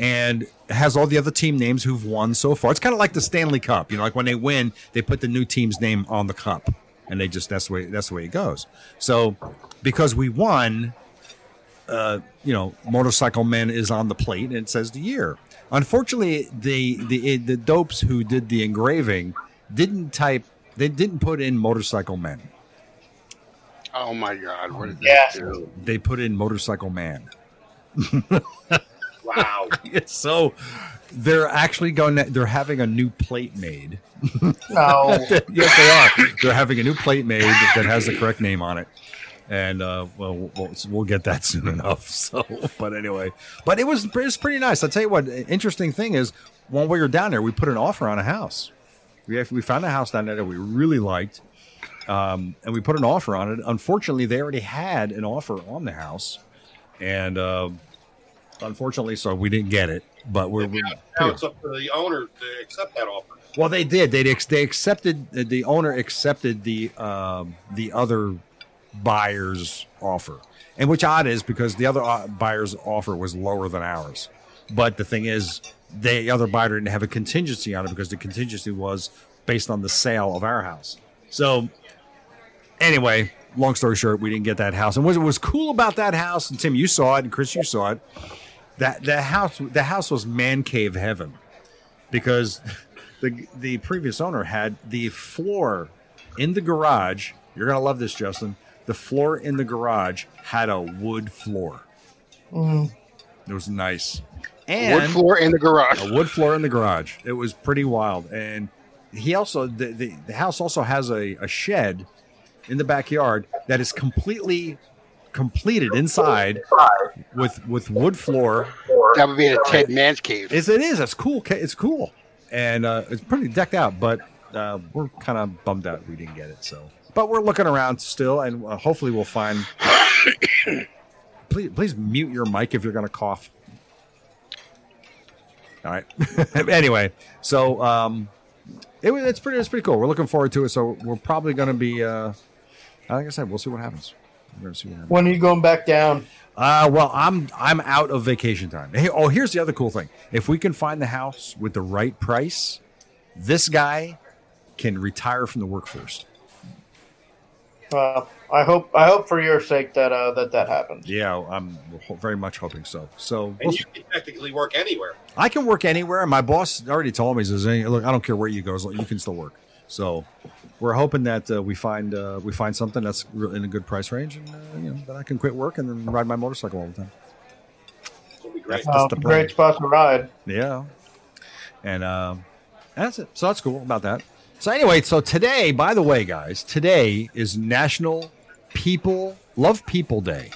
Speaker 1: and it has all the other team names who've won so far. It's kind of like the Stanley Cup, you know, like when they win, they put the new team's name on the cup, and they just that's the way that's the way it goes. So because we won, uh, you know, Motorcycle Man is on the plate and it says the year. Unfortunately, the the the dopes who did the engraving didn't type. They didn't put in Motorcycle Man.
Speaker 4: Oh my god! What did
Speaker 2: Yes.
Speaker 4: they do?
Speaker 1: they put in Motorcycle Man.
Speaker 3: Wow.
Speaker 1: So they're actually going. To, they're having a new plate made.
Speaker 2: No.
Speaker 1: yes, they are. They're having a new plate made that has the correct name on it. And uh, well, we'll, we'll get that soon enough. So, but anyway, but it was it was pretty nice. I'll tell you what. an Interesting thing is, while we were down there, we put an offer on a house. We have, we found a house down there that we really liked, um, and we put an offer on it. Unfortunately, they already had an offer on the house, and uh, unfortunately, so we didn't get it. But we're, we're
Speaker 3: Now
Speaker 1: pretty
Speaker 3: it's up to the owner to accept that offer.
Speaker 1: well, they did. They ex- they accepted uh, the owner accepted the um, the other buyer's offer, and which odd is because the other uh, buyer's offer was lower than ours. But the thing is, the other buyer didn't have a contingency on it because the contingency was based on the sale of our house. So anyway, long story short, we didn't get that house. And what was cool about that house, and Tim, you saw it, and Chris, you saw it. That the house the house was man cave heaven because the the previous owner had the floor in the garage. You're gonna love this, Justin. The floor in the garage had a wood floor.
Speaker 2: Mm.
Speaker 1: It was nice.
Speaker 4: Wood
Speaker 1: And
Speaker 4: floor in the garage.
Speaker 1: a wood floor in the garage. It was pretty wild. And he also the the, the house also has a, a shed in the backyard that is completely completed inside with with wood floor
Speaker 4: That would be a Ted Man's cave.
Speaker 1: it's, it is. It's cool. ca- It's cool, and uh, it's pretty decked out. But uh, we're kind of bummed out we didn't get it. So, but we're looking around still, and uh, hopefully we'll find. please, please mute your mic if you're going to cough. All right. anyway, so um, it was. It's pretty. It's pretty cool. We're looking forward to it. So we're probably going to be. Uh, like I said, we'll see what happens. We're going to see what happens.
Speaker 2: When are you going back down?
Speaker 1: Uh, well, I'm I'm out of vacation time. Hey, oh, here's the other cool thing: if we can find the house with the right price, this guy can retire from the workforce.
Speaker 2: Uh, I hope I hope for your sake that uh, that that happens.
Speaker 1: Yeah, I'm ho- very much hoping so. So
Speaker 3: And you can technically work anywhere.
Speaker 1: I can work anywhere. My boss already told me, he says, "Hey, "Look, I don't care where you go, as long- you can still work." So we're hoping that uh, we find uh, we find something that's re- in a good price range, and uh, you know, then I can quit work and then ride my motorcycle all the time.
Speaker 3: It'll be great.
Speaker 1: That's
Speaker 2: Uh,
Speaker 1: the plan.
Speaker 2: great spot to ride.
Speaker 1: Yeah. And uh, that's it. So that's cool about that. So anyway, so today, by the way, guys, today is National People Love People Day.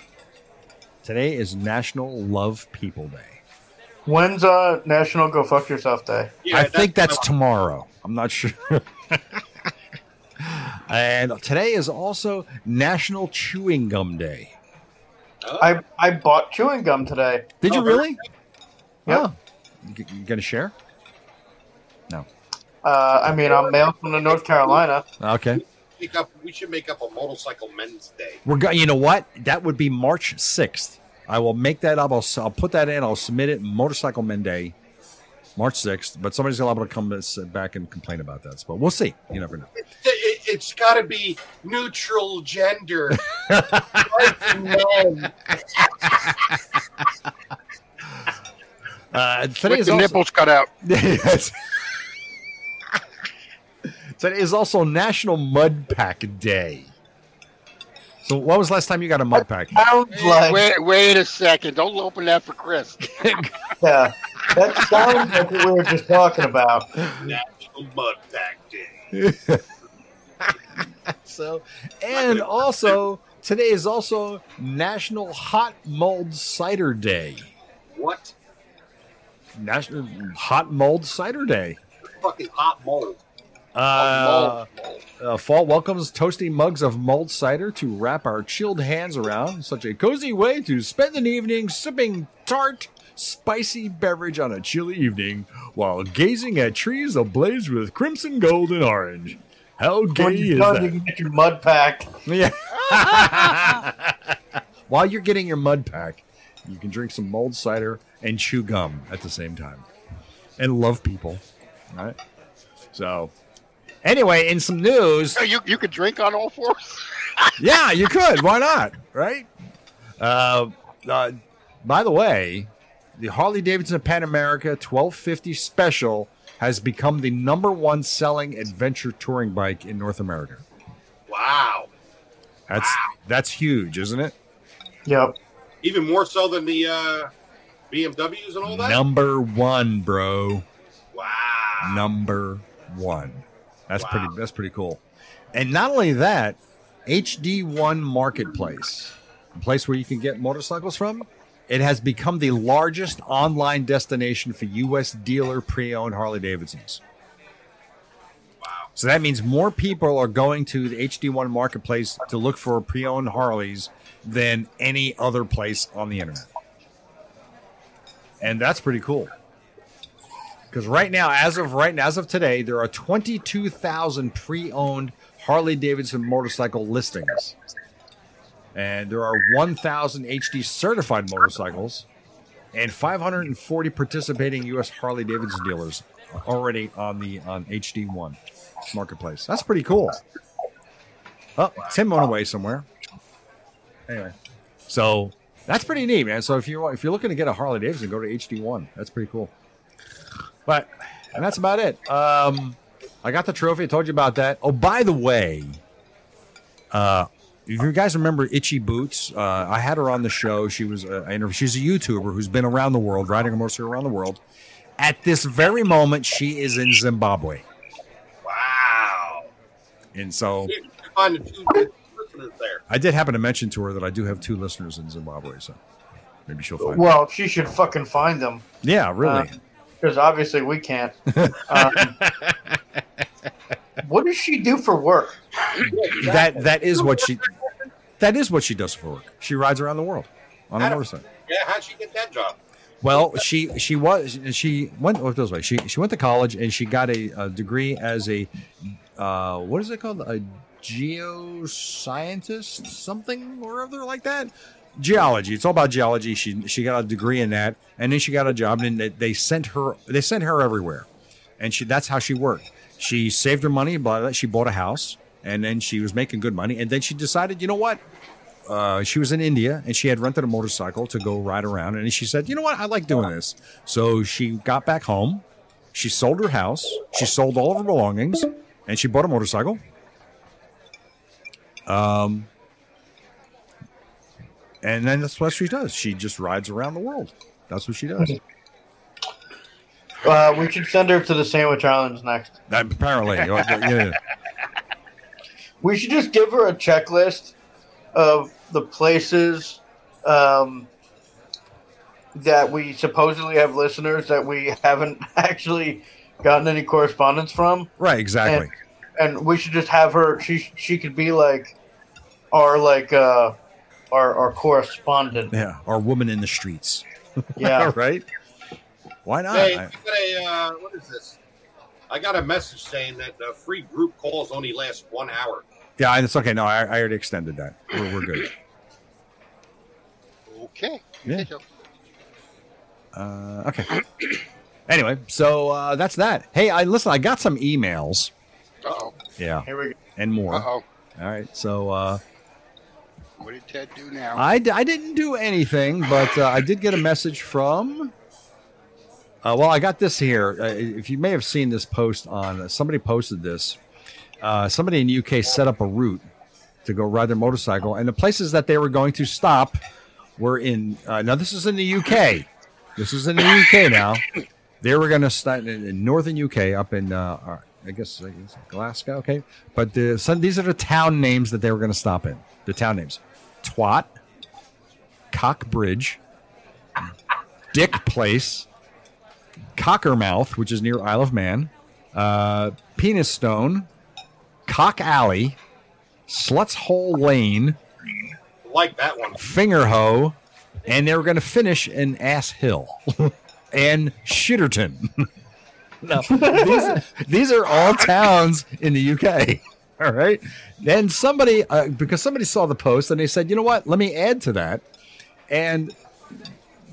Speaker 1: Today is National Love People Day.
Speaker 2: When's uh National Go Fuck Yourself Day?
Speaker 3: Yeah,
Speaker 1: I think that's
Speaker 3: what
Speaker 1: tomorrow. I'm not sure. and today is also National Chewing Gum Day.
Speaker 3: I want.
Speaker 2: I I bought chewing gum today.
Speaker 1: Did you
Speaker 3: Oh, very
Speaker 1: really?
Speaker 2: Yeah.
Speaker 1: Oh. You, you gonna share?
Speaker 2: Uh, I mean, I'm male from the North Carolina.
Speaker 1: Okay.
Speaker 3: Make up, we should make up a motorcycle men's day.
Speaker 1: We're going. You know what? That would be March sixth. I will make that up. I'll, s- I'll put that in. I'll submit it. Motorcycle Men Day, March sixth. But somebody's gonna to come s- back and complain about that. But we'll see. You never know.
Speaker 3: It, it, it's got to be neutral gender. Like men.
Speaker 1: Uh, today
Speaker 4: With
Speaker 1: is
Speaker 4: the
Speaker 1: also,
Speaker 4: nipples cut out.
Speaker 1: Yes. today is also National Mud Pack Day. So, what was the last time you got a mud pack?
Speaker 2: Sounds like
Speaker 4: Wait, wait a second! Don't open that for Chris.
Speaker 2: yeah. That sounds like what we were just talking about.
Speaker 3: National Mud Pack Day.
Speaker 1: So, and also Today is also National Hot Mulled Cider Day.
Speaker 3: What
Speaker 1: National Hot Mulled Cider Day.
Speaker 3: fucking hot mold?
Speaker 1: Uh,
Speaker 4: Mold, mold.
Speaker 1: uh, fall welcomes toasty mugs of mulled cider to wrap our chilled hands around. Such a cozy way to spend an evening sipping tart, spicy beverage on a chilly evening while gazing at trees ablaze with crimson, gold, and orange. How gay
Speaker 2: When you
Speaker 1: is
Speaker 2: done, you
Speaker 1: that?
Speaker 2: can get your mud pack.
Speaker 1: Yeah. while you're getting your mud pack, you can drink some mulled cider and chew gum at the same time, and love people. All right. So, anyway, in some news.
Speaker 4: So you you could drink on all fours.
Speaker 1: yeah, you could. Why not? Right? Uh, uh, by the way, the Harley Davidson Pan America 1250 Special has become the number one selling adventure touring bike in North America.
Speaker 3: Wow.
Speaker 1: That's that's huge, isn't it?
Speaker 2: Yep.
Speaker 3: Even more so than the uh, BMWs and all that.
Speaker 1: Number one, bro.
Speaker 3: Wow.
Speaker 1: Number one. That's
Speaker 3: Wow.
Speaker 1: pretty. That's pretty cool. And not only that, HD1 Marketplace, a place where you can get motorcycles from, it has become the largest online destination for U.S. dealer pre-owned Harley Davidsons.
Speaker 3: Wow.
Speaker 1: So that means more people are going to the HD1 Marketplace to look for pre-owned Harleys than any other place on the internet. And that's pretty cool. Because right now, as of right now, as of today, there are 22,000 pre-owned Harley Davidson motorcycle listings, and there are 1,000 HD certified motorcycles, and 540 participating U.S. Harley Davidson dealers already on the on HD1 marketplace. That's pretty cool. Oh, Tim went away somewhere. Anyway, so that's pretty neat, man. So if you want- if you're looking to get a Harley Davidson, go to HD1. That's pretty cool. But and that's about it. Um, I got the trophy. I told you about that. Oh, by the way, uh, if you guys remember Itchy Boots, uh, I had her on the show. She was a, I interview- she's a YouTuber who's been around the world, riding a motorcycle around the world. At this very moment, she is in Zimbabwe,
Speaker 3: Wow.
Speaker 1: and so
Speaker 3: You find the two good listeners there.
Speaker 1: I did happen to mention to her that I do have two listeners in Zimbabwe, so maybe she'll find.
Speaker 2: Well, she should fucking find them
Speaker 1: yeah, really.
Speaker 2: Uh, because obviously we can't. Um, what does she do for work?
Speaker 1: that that is what she that is what she does for work. She rides around the world on a
Speaker 3: Adam.
Speaker 1: motorcycle.
Speaker 3: Yeah, how'd she get that job?
Speaker 1: Well, she she was she went oh, it goes way. She she went to college and she got a, a degree as a uh, what is it called a geoscientist something or other like that. Geology. It's all about geology. She she got a degree in that, and then she got a job, and they, they sent her they sent her everywhere, and she that's how she worked. She saved her money, blah, blah, blah. she bought a house, and then she was making good money, and then she decided, you know what, uh, she was in India and she had rented a motorcycle to go ride around. And she said, you know what? I like doing this. So she got back home. She sold her house. She sold all of her belongings and she bought a motorcycle. Um, and then that's what she does. She just rides around the world. That's what she does.
Speaker 2: Uh, we should send her to the Sandwich Islands next.
Speaker 1: Apparently. Yeah.
Speaker 2: We should just give her a checklist of the places um, that we supposedly have listeners that we haven't actually gotten any correspondence from,
Speaker 1: Right, exactly.
Speaker 2: and we should just have her. She she could be like our like uh, our our correspondent.
Speaker 1: Yeah. Or woman in the streets.
Speaker 2: Yeah.
Speaker 1: right? Why not?
Speaker 3: Hey,
Speaker 1: Ah, I-
Speaker 3: I got a, uh, what is this? I got a message saying that uh, free group calls only last one hour.
Speaker 1: yeah, it's okay. No, I, I already extended that. We're, we're good.
Speaker 4: Okay.
Speaker 1: Yeah.
Speaker 4: So,
Speaker 1: Uh, okay. anyway, so uh, that's that. Hey, I listen. I got some emails.
Speaker 4: Uh-oh.
Speaker 1: Yeah,
Speaker 2: Here we go.
Speaker 1: and more.
Speaker 4: Uh-oh.
Speaker 1: All right. So uh,
Speaker 4: What did Ted do now?
Speaker 1: I d- I didn't do anything, but uh, I did get a message from. Uh, well, I got this here. Uh, if you may have seen this post on uh, somebody posted this. Uh, somebody in the UK set up a route to go ride their motorcycle, and the places that they were going to stop were in. Uh, now this is in the UK. This is in the UK now. They were going to start in, in northern UK, up in uh, I guess, I guess Glasgow. Okay, but the, so these are the town names that they were going to stop in. The town names: Twat, Cockbridge, Dick Place, Cockermouth, which is near Isle of Man, uh, Penis Stone, Cock Alley, Sluts Hole Lane,
Speaker 3: Like that one.
Speaker 1: Finger Hoe, and they were going to finish in Ass Hill and Shitterton. No, these, these are all towns in the UK. All right. Then somebody, uh, because somebody saw the post and they said, you know what, let me add to that. And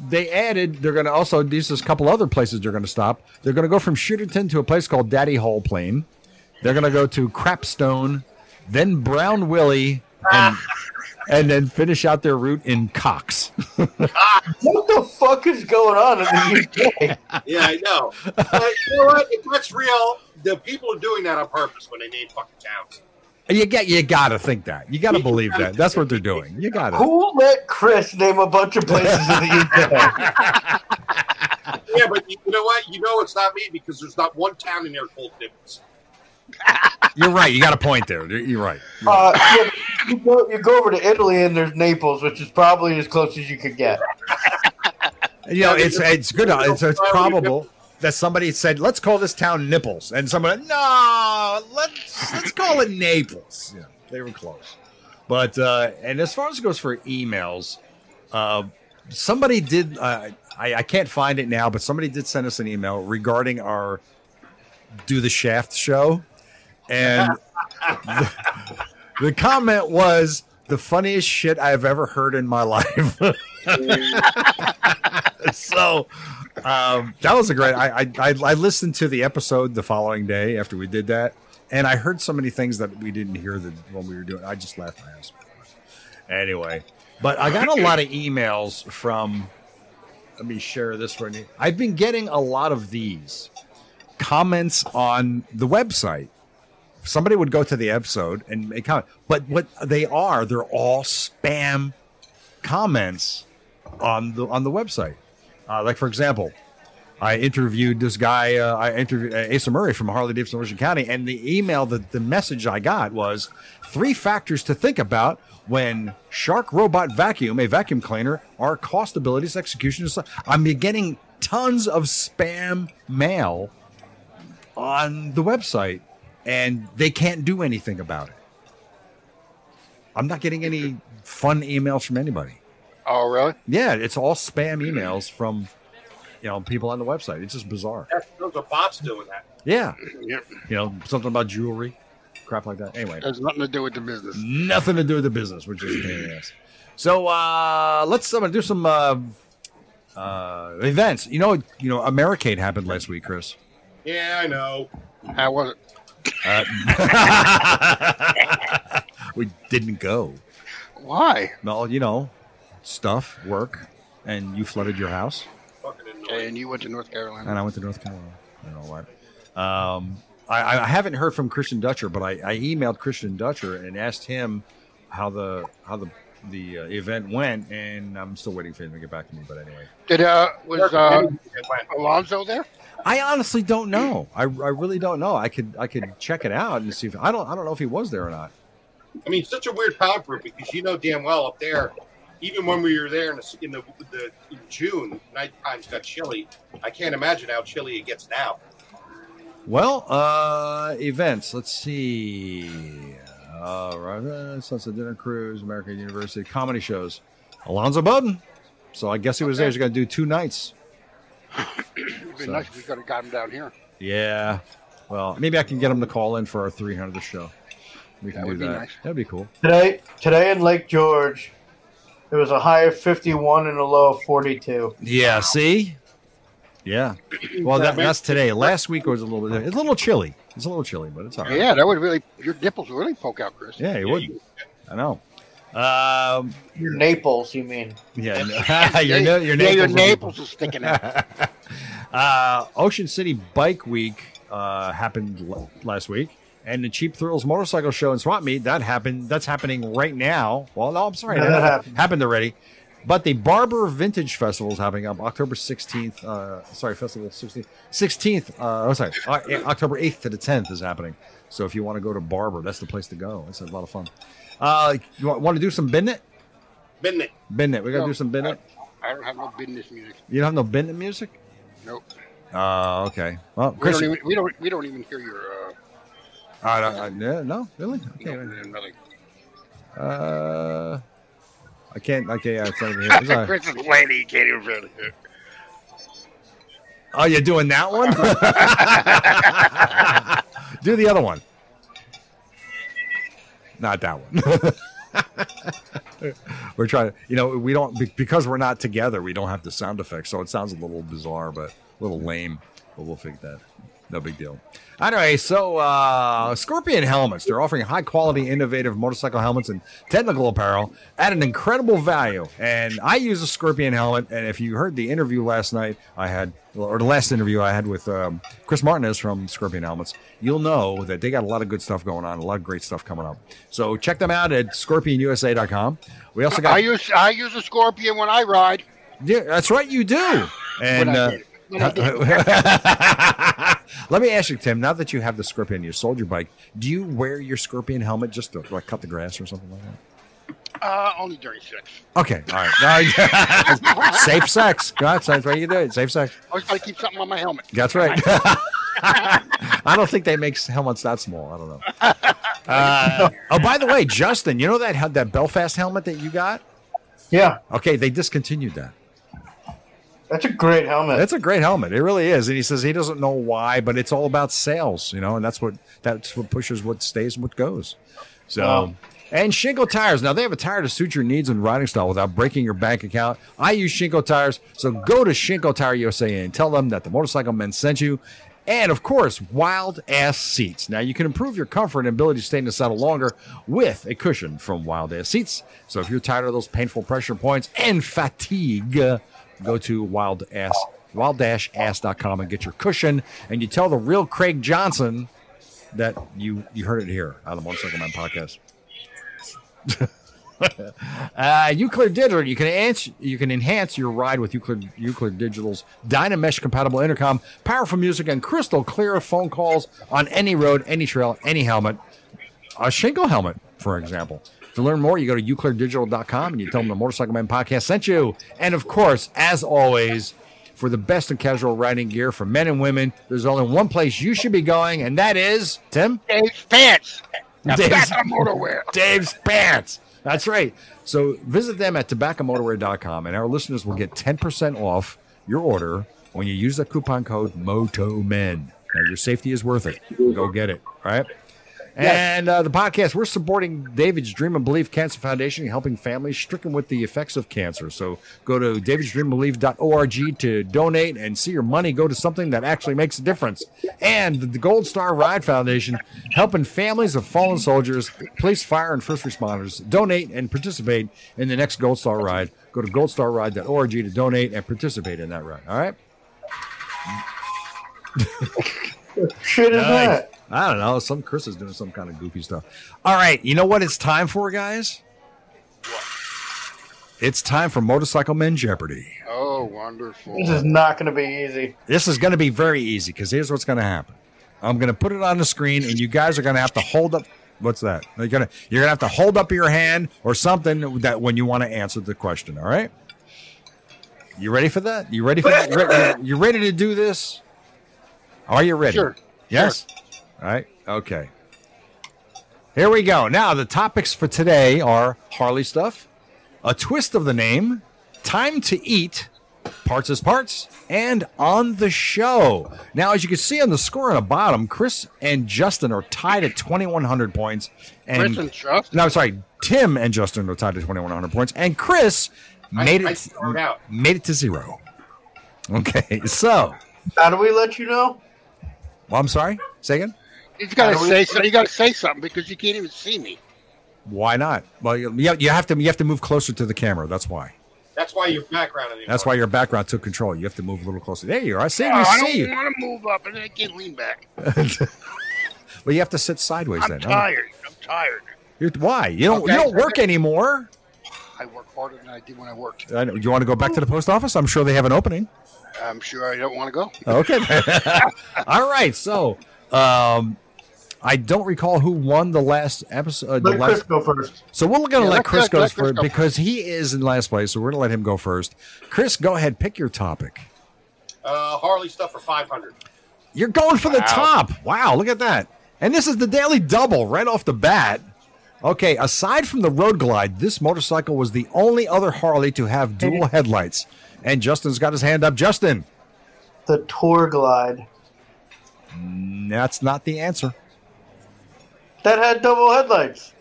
Speaker 1: they added, they're going to also, these is a couple other places they're going to stop. They're going to go from Shitterton to a place called Daddy Hall Plain. They're going to go to Crapstone, then Brown Willie, and, and then finish out their route in Cox.
Speaker 2: What the fuck is going on in the UK?
Speaker 3: Yeah, I know. But you know what? If that's real, the people are doing that on purpose when they name fucking towns.
Speaker 1: You get, you gotta think that. You gotta believe that. That's what they're doing. You gotta.
Speaker 2: Who let Chris name a bunch of places in the UK?
Speaker 3: Yeah, but you, you know what? You know it's not me because there's not one town in there called Nipples.
Speaker 1: You're right. You got a point there. You're you're right. You're right.
Speaker 2: Uh, yeah, you, go, you go over to Italy and there's Naples, which is probably as close as you could get.
Speaker 1: You know, Oh, it's it's good. uh, It's, it's probable that somebody said, "Let's call this town Nipples," and someone, "No, let's let's call it Naples." Yeah, they were close. But uh, and as far as it goes for emails, uh, somebody did. Uh, I, I can't find it now, but somebody did send us an email regarding our do the Shaft show, and the, the comment was the funniest shit I've ever heard in my life. so um, that was a great. I, I I I listened to the episode the following day after we did that, and I heard so many things that we didn't hear that when we were doing. I just laughed my ass off. Anyway, but I got a lot of emails from. Let me share this one. I've been getting a lot of these comments on the website. Somebody would go to the episode and make comment, but what they are, they're all spam comments on the on the website. Uh, like for example, I interviewed this guy. Uh, I interviewed uh, Asa Murray from Harley Davidson, Ocean County, and the email that the message I got was three factors to think about when Shark Robot Vacuum, a vacuum cleaner, are cost abilities, execution. and so-" I'm getting tons of spam mail on the website, and they can't do anything about it. I'm not getting any fun emails from anybody.
Speaker 4: Oh, really?
Speaker 1: Yeah, it's all spam emails from you know people on the website. It's just bizarre.
Speaker 3: That's, those are bots doing that.
Speaker 1: Yeah,
Speaker 4: Yep.
Speaker 1: you know something about jewelry, crap like that. Anyway,
Speaker 4: Has nothing to do with the business.
Speaker 1: nothing to do with the business, which is a pain in the ass. So uh, let's I'm gonna do some uh, uh, events. You know, you know, Americade happened last week, Chris.
Speaker 3: Yeah, I know.
Speaker 4: How was it?
Speaker 1: Uh, we didn't go.
Speaker 4: Why?
Speaker 1: Well, you know, stuff, work, and you flooded your house.
Speaker 3: Fucking annoying.
Speaker 4: And you went to North Carolina.
Speaker 1: and I went to North Carolina. I don't know why. Um, I, I haven't heard from Christian Dutcher, but I, I emailed Christian Dutcher and asked him how the how the the uh, event went, and I'm still waiting for him to get back to me. But anyway,
Speaker 4: Did uh was uh
Speaker 3: It went.
Speaker 4: Alonzo there?
Speaker 1: I honestly don't know. I, I really don't know. I could I could check it out and see if I don't I don't know if he was there or not.
Speaker 3: I mean, such a weird power group because you know damn well up there, even when we were there in the, in the, the in June, night times got chilly. I can't imagine how chilly it gets now.
Speaker 1: Well, uh, events. Let's see. Uh, right, uh, Sunset Dinner Cruise, American University, comedy shows. Alonzo Bowden. So I guess he was there. He's going to do two nights.
Speaker 4: It would be
Speaker 1: So-
Speaker 4: nice if we could have got him down here.
Speaker 1: Yeah. Well, maybe I can get him to call in for our 300th show. We can
Speaker 4: That
Speaker 1: do
Speaker 4: would be
Speaker 1: that.
Speaker 4: nice.
Speaker 1: That'd be cool.
Speaker 2: Today, today in Lake George, it was a high of 51 and a low of 42.
Speaker 1: Yeah. See. Yeah. Well, that, that's today. Last week was a little bit. It's a little chilly. It's a little chilly, but it's all right.
Speaker 4: Yeah, that would really your nipples would really poke out, Chris.
Speaker 1: Yeah, it
Speaker 3: Yeah,
Speaker 1: would.
Speaker 3: you-
Speaker 1: I know. Um.
Speaker 2: Naples, you mean?
Speaker 1: Yeah. no- your na- your
Speaker 4: yeah, your
Speaker 1: Naples would be-
Speaker 4: naples is sticking out.
Speaker 1: uh, Ocean City Bike Week uh, happened l- last week, and the Cheap Thrills Motorcycle Show and Swap Meet that happened. That's happening right now. Well, no, I'm sorry,
Speaker 2: No,
Speaker 1: that
Speaker 2: that
Speaker 1: happened.
Speaker 2: happened.
Speaker 1: already. But the Barber Vintage Festival is happening up October 16th. Uh, sorry, Festival 16th. 16th. Uh, oh, sorry. O- October 8th to the 10th is happening. So if you want to go to Barber, that's the place to go. It's a lot of fun. Uh, you want, want to do some Bennett?
Speaker 3: Been it.
Speaker 1: Bennett. We got to
Speaker 4: No,
Speaker 1: do some Bennett.
Speaker 4: I don't have no business music.
Speaker 1: You don't have no Bennett music?
Speaker 4: Nope.
Speaker 1: Uh, okay. Well,
Speaker 4: We don't,
Speaker 1: Christian.
Speaker 4: even, we don't. We don't even hear your. Uh,
Speaker 1: I don't, I, yeah, no, really?
Speaker 4: you know,
Speaker 1: Okay.
Speaker 4: really.
Speaker 1: Uh, I can't. Okay, yeah, it's not even here. It's all right.
Speaker 4: Chris is lady. You can't even really hear.
Speaker 1: Oh, you're doing that one? Do the other one. Not that one. we're trying to, you know, we don't, be- because we're not together, we don't have the sound effects. So it sounds a little bizarre, but a little lame, but we'll fix that. No big deal. Anyway, so uh, Scorpion helmets. They're offering high quality, innovative motorcycle helmets and technical apparel at an incredible value. And I use a Scorpion helmet. And if you heard the interview last night, I had, or the last interview I had with um, Chris Martinez from Scorpion Helmets, you'll know that they got a lot of good stuff going on, a lot of great stuff coming up. So check them out at scorpionusa.com. We also
Speaker 4: I
Speaker 1: got,
Speaker 4: use I use a scorpion when I ride.
Speaker 1: yeah, that's right, you do.
Speaker 4: When
Speaker 1: And,
Speaker 4: I
Speaker 1: uh,
Speaker 4: did it. When I did it.
Speaker 1: Let me ask you, Tim. Now that you have the scorpion, you sold your bike. Do you wear your scorpion helmet just to like cut the grass or something like that?
Speaker 4: Uh, only during sex.
Speaker 1: Okay, all right. All right. Safe sex. God, that's what you do. it. Safe sex.
Speaker 4: I always got to keep something on my helmet.
Speaker 1: That's right. I don't think they make helmets that small. I don't know. Uh, oh, by the way, Justin, you know that had that Belfast helmet that you got?
Speaker 2: Yeah,
Speaker 1: Okay, they discontinued that.
Speaker 2: that's a great helmet.
Speaker 1: It's a great helmet. It really is. And he says he doesn't know why, but it's all about sales, you know, and that's what that's what pushes what stays and what goes. So
Speaker 2: Wow.
Speaker 1: and Shinko tires. Now they have a tire to suit your needs and riding style without breaking your bank account. I use Shinko tires, so go to Shinko Tire USA and tell them that the motorcycle men sent you. And of course, wild ass seats. Now you can improve your comfort and ability to stay in the saddle longer with a cushion from wild ass seats. So if you're tired of those painful pressure points and fatigue, uh, go to wild ass wild-ass.com and get your cushion and you tell the real Craig Johnson that you you heard it here on the Motorcycle Man podcast. uh, Euclid Digital, you can ans- you can enhance your ride with Euclid Euclid Digital's Dynamesh compatible intercom, powerful music, and crystal clear phone calls on any road, any trail, any helmet. A Shinko helmet, for example. To learn more, you go to eucliddigital.com and you tell them the Motorcycle Man podcast sent you. And of course, as always, for the best in casual riding gear for men and women, there's only one place you should be going, and that is Tim.
Speaker 4: Dave's pants. Now
Speaker 1: Dave's-
Speaker 4: that's a motorwear.
Speaker 1: Dave's pants. That's right. So visit them at tobaccomotorwear.com, and our listeners will get 10% off your order when you use the coupon code MOTOMEN. E Now, your safety is worth it. Go get it, all right? And uh, the podcast, we're supporting David's Dream and Believe Cancer Foundation, helping families stricken with the effects of cancer. So go to davidsdreambelieve.org to donate and see your money go to something that actually makes a difference. And the Gold Star Ride Foundation, helping families of fallen soldiers, police, fire, and first responders donate and participate in the next Gold Star Ride. Go to goldstarride.org to donate and participate in that ride. All right?
Speaker 2: Shit is
Speaker 1: Nice.
Speaker 2: that?
Speaker 1: I don't know. Some Chris is doing some kind of goofy stuff. All right, you know what it's time for, guys? It's time for Motorcycle Men Jeopardy.
Speaker 4: Oh, wonderful.
Speaker 2: This is not going to be easy.
Speaker 1: This is going to be very easy because here's what's going to happen. I'm going to put it on the screen, and you guys are going to have to hold up. What's that? You're gonna you're gonna have to hold up your hand or something that when you want to answer the question. All right. You ready for that? You ready for that? You re- You ready to do this? Are you ready?
Speaker 4: Sure.
Speaker 1: Yes. All right. Okay. Here we go. Now the topics for today are Harley stuff, a twist of the name, time to eat, parts as parts, and on the show. Now, as you can see on the score on the bottom, Chris and Justin are tied at 2,100 points, and
Speaker 4: Chris and Justin?
Speaker 1: no, I'm sorry, Tim and Justin are tied at 2,100 points, and Chris
Speaker 3: I-
Speaker 1: made
Speaker 3: I
Speaker 1: it
Speaker 3: started out.
Speaker 1: made it to zero. Okay, so
Speaker 2: How do we let you know?
Speaker 1: well, I'm sorry. Say again.
Speaker 4: He's got to
Speaker 2: How do we-
Speaker 4: say something. You got to say something because you can't even see me.
Speaker 1: Why not? Well, you, you have to you have to move closer to the camera. That's why.
Speaker 3: That's why your background. Anymore.
Speaker 1: That's why your background took control. You have to move a little closer. There you are. I see. you.
Speaker 4: Oh, I
Speaker 1: see. you.
Speaker 4: don't want to move up, and then I can't lean back.
Speaker 1: Well, you have to sit sideways
Speaker 4: I'm
Speaker 1: then.
Speaker 4: tired. I'm tired.
Speaker 1: You're- why? You don't
Speaker 4: Okay.
Speaker 1: you don't work anymore.
Speaker 4: I work harder than I did when I worked.
Speaker 1: I know. You want to go back to the post office? I'm sure they have an opening.
Speaker 4: I'm sure I don't want to go.
Speaker 1: Okay. All right. So, um, I don't recall who won the last episode. uh, the
Speaker 2: Let Chris
Speaker 1: last,
Speaker 2: go first.
Speaker 1: so we're going to
Speaker 4: Yeah,
Speaker 1: let
Speaker 4: let
Speaker 1: Chris
Speaker 4: Chris-
Speaker 1: go
Speaker 4: let Chris
Speaker 1: first
Speaker 4: go
Speaker 1: because he is in last place. So we're going to let him go first. Chris, go ahead. Pick your topic.
Speaker 3: Uh, Harley stuff for 500.
Speaker 1: You're going for the
Speaker 4: Wow.
Speaker 1: top. Wow, look at that. And this is the daily double right off the bat. Okay, aside from the Road Glide, this motorcycle was the only other Harley to have dual headlights. And Justin's got his hand up. Justin,
Speaker 2: The Tour Glide
Speaker 1: that's not the answer.
Speaker 2: that had double headlights.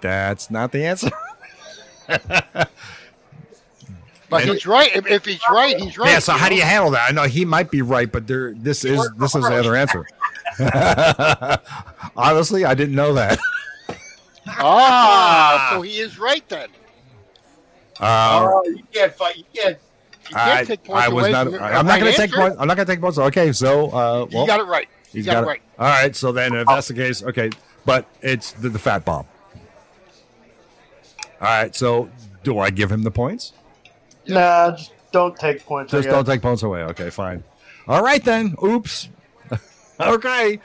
Speaker 1: That's not the answer.
Speaker 4: But
Speaker 1: And-
Speaker 4: he's right. If, if he's right, he's right.
Speaker 1: Yeah, so how do you handle that? I know he might be right, but there this is this is the other answer. Honestly, I didn't know that.
Speaker 4: Ah, so he is right then.
Speaker 1: Uh,
Speaker 3: Oh, you can't fight. You can't.
Speaker 4: You can't
Speaker 1: I,
Speaker 4: take points
Speaker 1: I was
Speaker 4: away
Speaker 1: not.
Speaker 4: from a
Speaker 1: I'm not
Speaker 4: right
Speaker 1: going to take
Speaker 4: answer.
Speaker 1: points. I'm not going to take points. Okay, so uh,
Speaker 4: You
Speaker 1: well,
Speaker 4: got it right. You got, it right.
Speaker 1: All right, so then if that's the case, okay, but it's the, the fat bomb. All right, so do I give him the points?
Speaker 2: Nah, just don't take points. I
Speaker 1: Just
Speaker 2: guess.
Speaker 1: don't take points away. Okay, fine. All right then. Oops. okay.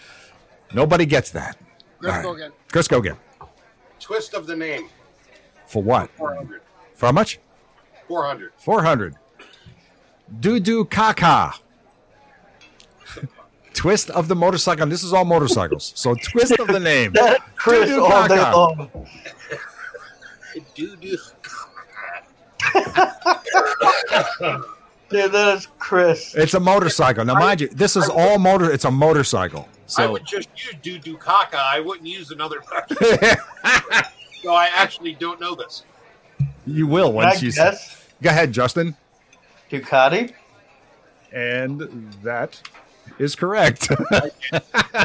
Speaker 1: Nobody gets that.
Speaker 4: Let's
Speaker 1: All
Speaker 4: go
Speaker 1: right.
Speaker 4: again.
Speaker 1: Chris Gogan.
Speaker 3: Twist of the name.
Speaker 1: For what?
Speaker 3: 400.
Speaker 1: For how much?
Speaker 3: 400.
Speaker 1: 400. Doo doo caca. Twist of the motorcycle. And this is all motorcycles. So twist of the name.
Speaker 2: That Chris
Speaker 1: Doo-doo
Speaker 2: all day
Speaker 1: caca.
Speaker 2: long.
Speaker 3: Do do.
Speaker 2: Dude, that is Chris.
Speaker 1: It's a motorcycle. Now, mind you, this is all motor. It's a motorcycle.
Speaker 3: I
Speaker 1: So
Speaker 3: would just use do do caca. I wouldn't use another. so I actually don't know this.
Speaker 1: you will
Speaker 2: I
Speaker 1: once you see.
Speaker 2: guess
Speaker 1: Go ahead, Justin.
Speaker 2: Ducati.
Speaker 1: And that is correct.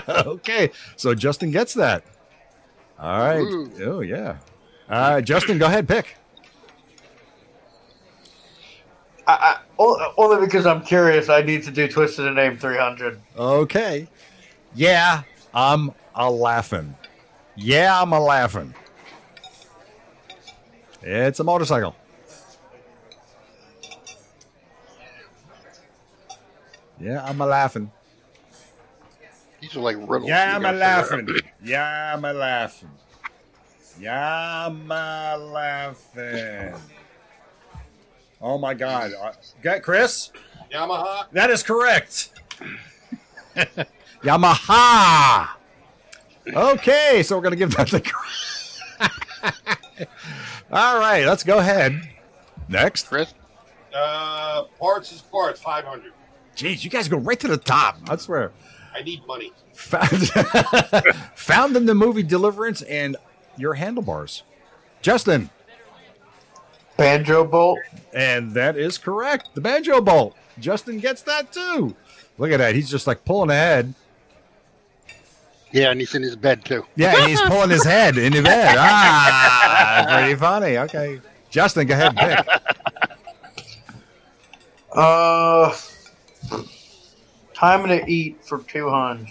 Speaker 1: okay, so Justin gets that. All right.
Speaker 4: Ooh.
Speaker 1: Oh yeah. Uh, Justin, go ahead, pick.
Speaker 2: I, I, o- only because I'm curious. I need to do Twisted and Name 300.
Speaker 1: Okay. Yeah, I'm a laughing. Yeah, I'm a laughing. It's a motorcycle. Yeah, I'm a laughing.
Speaker 4: These are like riddles.
Speaker 1: Yeah,
Speaker 4: You
Speaker 1: I'm a
Speaker 4: gotta
Speaker 1: laughing.
Speaker 4: figure it
Speaker 1: Yeah, I'm a laughing. Yeah, I'm a laughing. Oh my God! Uh, Got Chris?
Speaker 3: Yamaha.
Speaker 1: That is correct. Yamaha. Okay, so we're gonna give that the. All right, let's go ahead.
Speaker 4: out.
Speaker 1: Next.
Speaker 4: Chris,
Speaker 3: Uh, parts is parts. 500.
Speaker 1: Jeez, you guys go right to the top. I swear.
Speaker 3: I need money.
Speaker 1: Found, found in the movie Deliverance and your handlebars, Justin.
Speaker 2: Banjo Bolt.
Speaker 1: And that is correct. The banjo bolt. Justin gets that too. Look at that. He's just like pulling ahead.
Speaker 4: yeah, and he's in his bed too.
Speaker 1: Yeah, and he's pulling his head in the bed. Ah, pretty funny. Okay. Justin, go ahead and pick.
Speaker 2: Uh, time to eat for 200.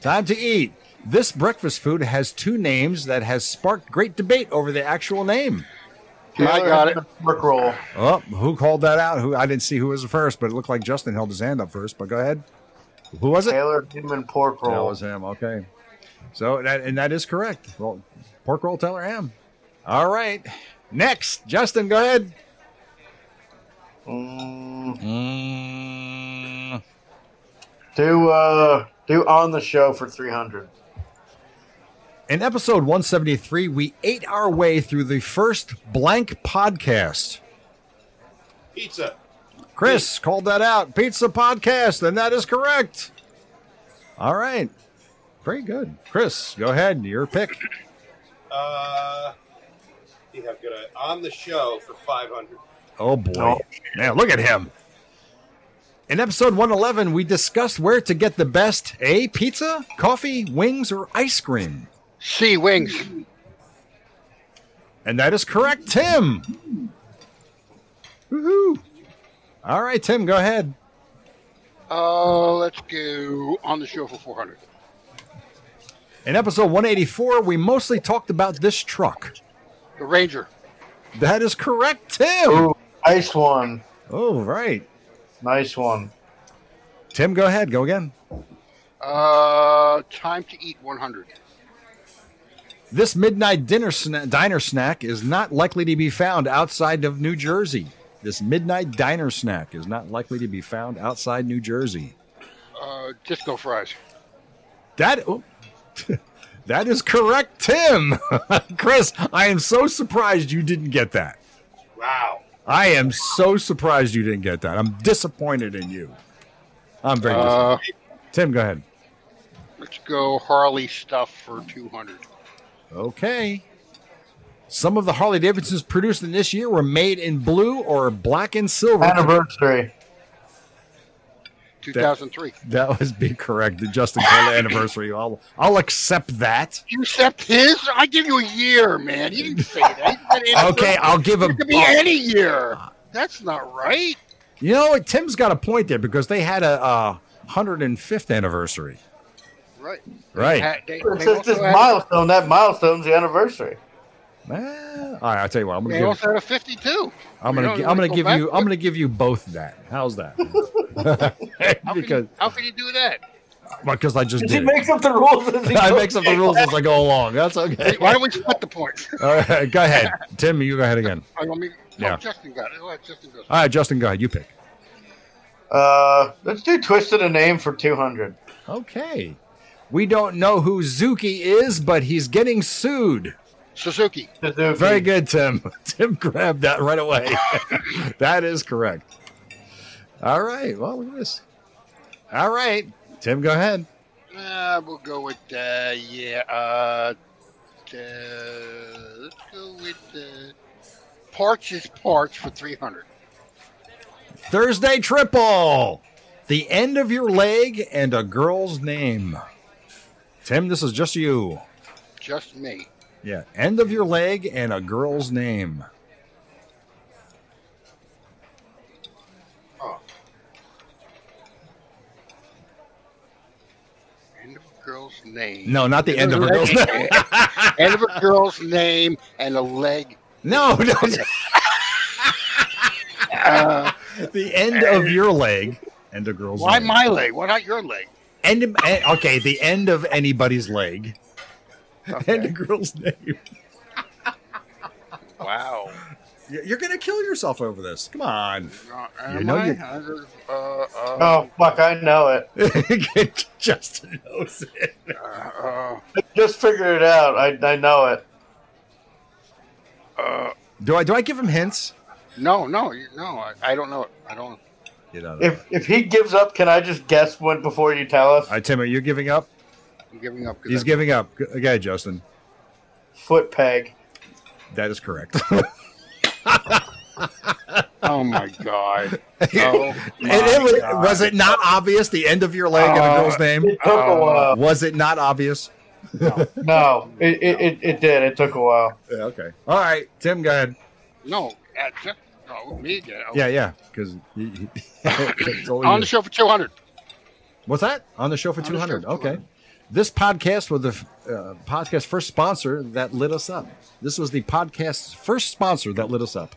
Speaker 1: Time to eat. This breakfast food has two names that has sparked great debate over the actual name.
Speaker 4: I got it.
Speaker 2: Brick roll.
Speaker 1: Oh, who called that out? Who I didn't see who was the first, but it looked like Justin held his hand up first. But go ahead. Who was it?
Speaker 2: Taylor Goodman pork
Speaker 1: That
Speaker 2: roll.
Speaker 1: was him. Okay. So that and that is correct. Well, pork roll teller ham. All right. Next, Justin, go ahead.
Speaker 2: Mm, do uh, do on the show for 300.
Speaker 1: In episode 173, we ate our way through the first blank podcast.
Speaker 3: Pizza.
Speaker 1: Chris called that out. Pizza podcast, and that is correct. All right. Very good. Chris, go ahead. Your pick.
Speaker 3: Uh, see how good I on the show for 500.
Speaker 1: Oh boy.
Speaker 2: Oh.
Speaker 1: Man, look at him. In episode 111, we discussed where to get the best A, pizza, coffee, wings, or ice cream.
Speaker 4: C wings.
Speaker 1: And that is correct, Tim. Woohoo. All right, Tim, go ahead.
Speaker 4: Uh, let's go on the show for 400.
Speaker 1: In episode 184, we mostly talked about this truck.
Speaker 4: The Ranger.
Speaker 1: That is correct, Tim.
Speaker 2: Ooh, nice one.
Speaker 1: Oh, right.
Speaker 2: Nice one.
Speaker 1: Tim, go ahead. Go again.
Speaker 4: Uh, time to eat 100.
Speaker 1: This midnight dinner sna- diner snack is not likely to be found outside of New Jersey. This midnight diner snack is not likely to be found outside New Jersey.
Speaker 4: Uh, disco fries.
Speaker 1: That oh, that is correct, Tim. Chris, I am so surprised you didn't get that.
Speaker 3: Wow.
Speaker 1: I am so surprised you didn't get that. I'm disappointed in you. I'm very disappointed.
Speaker 4: Uh,
Speaker 1: Tim, go ahead.
Speaker 4: let's go Harley stuff for 200.
Speaker 1: Okay. Some of the Harley Davidsons produced in this year were made in blue or black and silver.
Speaker 2: Anniversary.
Speaker 4: 2003.
Speaker 1: That was be correct. The Justin Carter anniversary. I'll I'll accept that.
Speaker 4: You accept his? I give you a year, man. You didn't say that. You said any-
Speaker 1: Okay, I'll give him.
Speaker 4: It could be any year.
Speaker 1: Uh,
Speaker 4: That's not right.
Speaker 1: You know what? Tim's got a point there because they had a, uh 105th anniversary.
Speaker 4: Right.
Speaker 1: Right.
Speaker 4: Had- they-
Speaker 2: It's
Speaker 4: they
Speaker 2: just this
Speaker 4: also had-
Speaker 2: milestone. That milestone's the anniversary.
Speaker 1: Ah, all right, I'll tell you what. I'm
Speaker 4: They
Speaker 1: gonna give.
Speaker 4: also had a 52.
Speaker 1: I'm
Speaker 4: we
Speaker 1: gonna.
Speaker 4: don't
Speaker 1: gi- I'm gonna
Speaker 4: really go
Speaker 1: give
Speaker 4: back
Speaker 1: you.
Speaker 4: to
Speaker 1: I'm
Speaker 4: it.
Speaker 1: gonna give you both that. How's that?
Speaker 4: How can,
Speaker 1: because
Speaker 4: you, how can you do that?
Speaker 1: because I just
Speaker 2: Does he
Speaker 1: did.
Speaker 2: makes up the rules? as he
Speaker 1: it. I
Speaker 2: goes?
Speaker 1: make up the rules as I go along. That's okay.
Speaker 4: Why don't we split the points?
Speaker 1: All right, go ahead, Tim. You go ahead again.
Speaker 4: I don't mean,
Speaker 1: Yeah.
Speaker 4: oh, Justin got it. Oh, Justin goes.
Speaker 1: All right, Justin, go ahead. You pick.
Speaker 2: Uh, let's do Twisted a Name for 200.
Speaker 1: Okay. We don't know who Zuki is, but he's getting sued.
Speaker 4: Suzuki.
Speaker 2: Suzuki.
Speaker 1: Very good, Tim. Tim grabbed that right away. that is correct. All right. Well, look at this. All right. Tim, go ahead.
Speaker 4: Uh, we'll go with, uh, yeah, uh, uh, let's go with uh, parts is parts for 300.
Speaker 1: Thursday Triple. The end of your leg and a girl's name. Tim, this is just you.
Speaker 4: Just me.
Speaker 1: Yeah. End of your leg and a girl's name.
Speaker 4: End of a girl's name.
Speaker 1: No, not the end of a girl's name.
Speaker 4: End of a girl's name and a leg.
Speaker 1: No, no.
Speaker 4: Uh,
Speaker 1: the end of your leg and a girl's
Speaker 4: why
Speaker 1: leg.
Speaker 4: my leg? Why not your leg?
Speaker 1: end of, eh, okay the end of anybody's leg and a
Speaker 4: Okay.
Speaker 1: girl's name
Speaker 4: Wow.
Speaker 1: Y- you're gonna kill yourself over this come on
Speaker 4: Uh, am
Speaker 1: You know
Speaker 4: I?
Speaker 1: you-
Speaker 4: Uh, uh,
Speaker 2: Oh, fuck, I know it.
Speaker 1: justin knows it
Speaker 4: uh,
Speaker 2: I just figured it out. I, I know it.
Speaker 4: uh, uh,
Speaker 1: do i do i give him hints
Speaker 4: no, no, you- no. I, I don't know. it. I don't.
Speaker 1: you know
Speaker 2: If if he gives up, can I just guess when before you tell us?
Speaker 1: all right tim are you giving up
Speaker 4: I'm giving up. 'cause
Speaker 1: he's
Speaker 4: I-
Speaker 1: giving up G- okay justin
Speaker 2: Foot peg.
Speaker 1: that is correct
Speaker 4: Oh my god. Oh
Speaker 1: And
Speaker 4: my
Speaker 1: it was,
Speaker 4: God.
Speaker 1: was it not obvious the end of your leg and a
Speaker 4: Uh,
Speaker 1: girl's name
Speaker 2: It took a
Speaker 4: Oh.
Speaker 2: while.
Speaker 1: was it not obvious
Speaker 2: No, it, it, it, it did. It took a while.
Speaker 1: yeah, okay all right tim go ahead
Speaker 4: No, uh, just, no, me again. Oh.
Speaker 1: yeah yeah because it's all
Speaker 4: On
Speaker 1: you.
Speaker 4: the show for 200.
Speaker 1: What's that on the show for
Speaker 4: On the
Speaker 1: two
Speaker 4: show
Speaker 1: hundred?
Speaker 4: for
Speaker 1: Okay,
Speaker 4: 200.
Speaker 1: this podcast was the uh, podcast first sponsor that lit us up. This was the podcast's first sponsor that lit us up.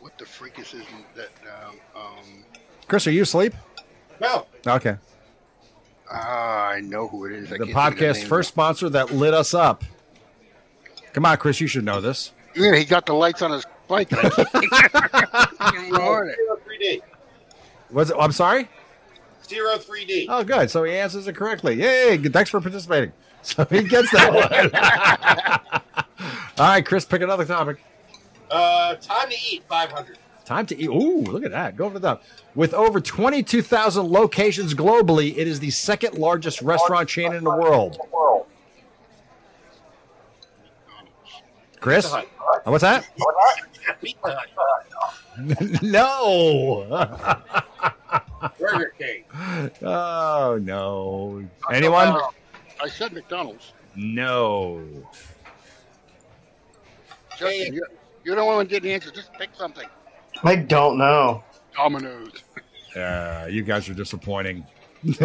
Speaker 4: What the freak is this? That, um, um,
Speaker 1: Chris, are you asleep?
Speaker 3: No.
Speaker 1: Okay,
Speaker 4: ah, I know who it is.
Speaker 1: the
Speaker 4: I can't think of the
Speaker 1: podcast
Speaker 4: name.
Speaker 1: first sponsor that lit us up. Come on, Chris, you should know this.
Speaker 4: Yeah, he got the lights on his bike. And I can't remember
Speaker 3: 3D.
Speaker 4: it.
Speaker 1: Was it? I'm sorry.
Speaker 3: Zero 3D.
Speaker 1: Oh, good. So he answers it correctly. Yay! good- Thanks for participating. So he gets that one. All right, Chris, pick another topic.
Speaker 3: Uh, time to eat 500.
Speaker 1: Time to eat. Ooh, look at that. Go over the top. With over 22,000 locations globally, it is the second largest restaurant chain in the world. Chris? Uh, What's that?
Speaker 3: Pizza Hut.
Speaker 1: no.
Speaker 3: Burger King.
Speaker 1: Oh, no. Anyone?
Speaker 4: Uh, I said McDonald's.
Speaker 1: No.
Speaker 4: Justin, you're, you're the one who didn't answer. Just pick something.
Speaker 2: I don't know.
Speaker 4: Domino's.
Speaker 1: Uh, you guys are disappointing.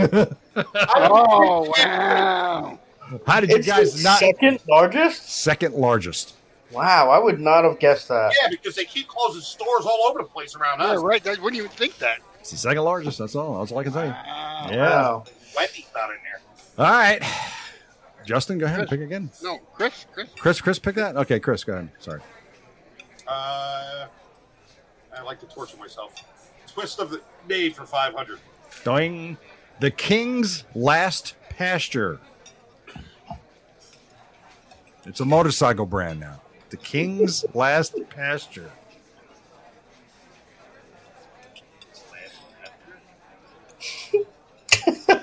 Speaker 4: Oh wow!
Speaker 1: How did you
Speaker 4: Oh,
Speaker 2: It's
Speaker 1: guys
Speaker 2: the
Speaker 1: not?
Speaker 2: second largest.
Speaker 1: Second largest.
Speaker 2: Wow, I would not have guessed that.
Speaker 3: Yeah, because they keep closing stores all over the place around
Speaker 4: Yeah,
Speaker 3: us.
Speaker 4: right. I wouldn't even think that.
Speaker 1: It's the second largest. That's all. That's all I can say.
Speaker 4: Wow.
Speaker 1: Yeah.
Speaker 2: Wow.
Speaker 3: Wendy's not in there.
Speaker 1: All right. Justin, go ahead and pick again.
Speaker 4: No, Chris, Chris.
Speaker 1: Chris, Chris, pick that. Okay, Chris, go ahead. Sorry.
Speaker 3: Uh, I like to torture myself. Twist of the nade for 500.
Speaker 1: Doing the King's Last Pasture. It's a motorcycle brand now. The King's Last Pasture.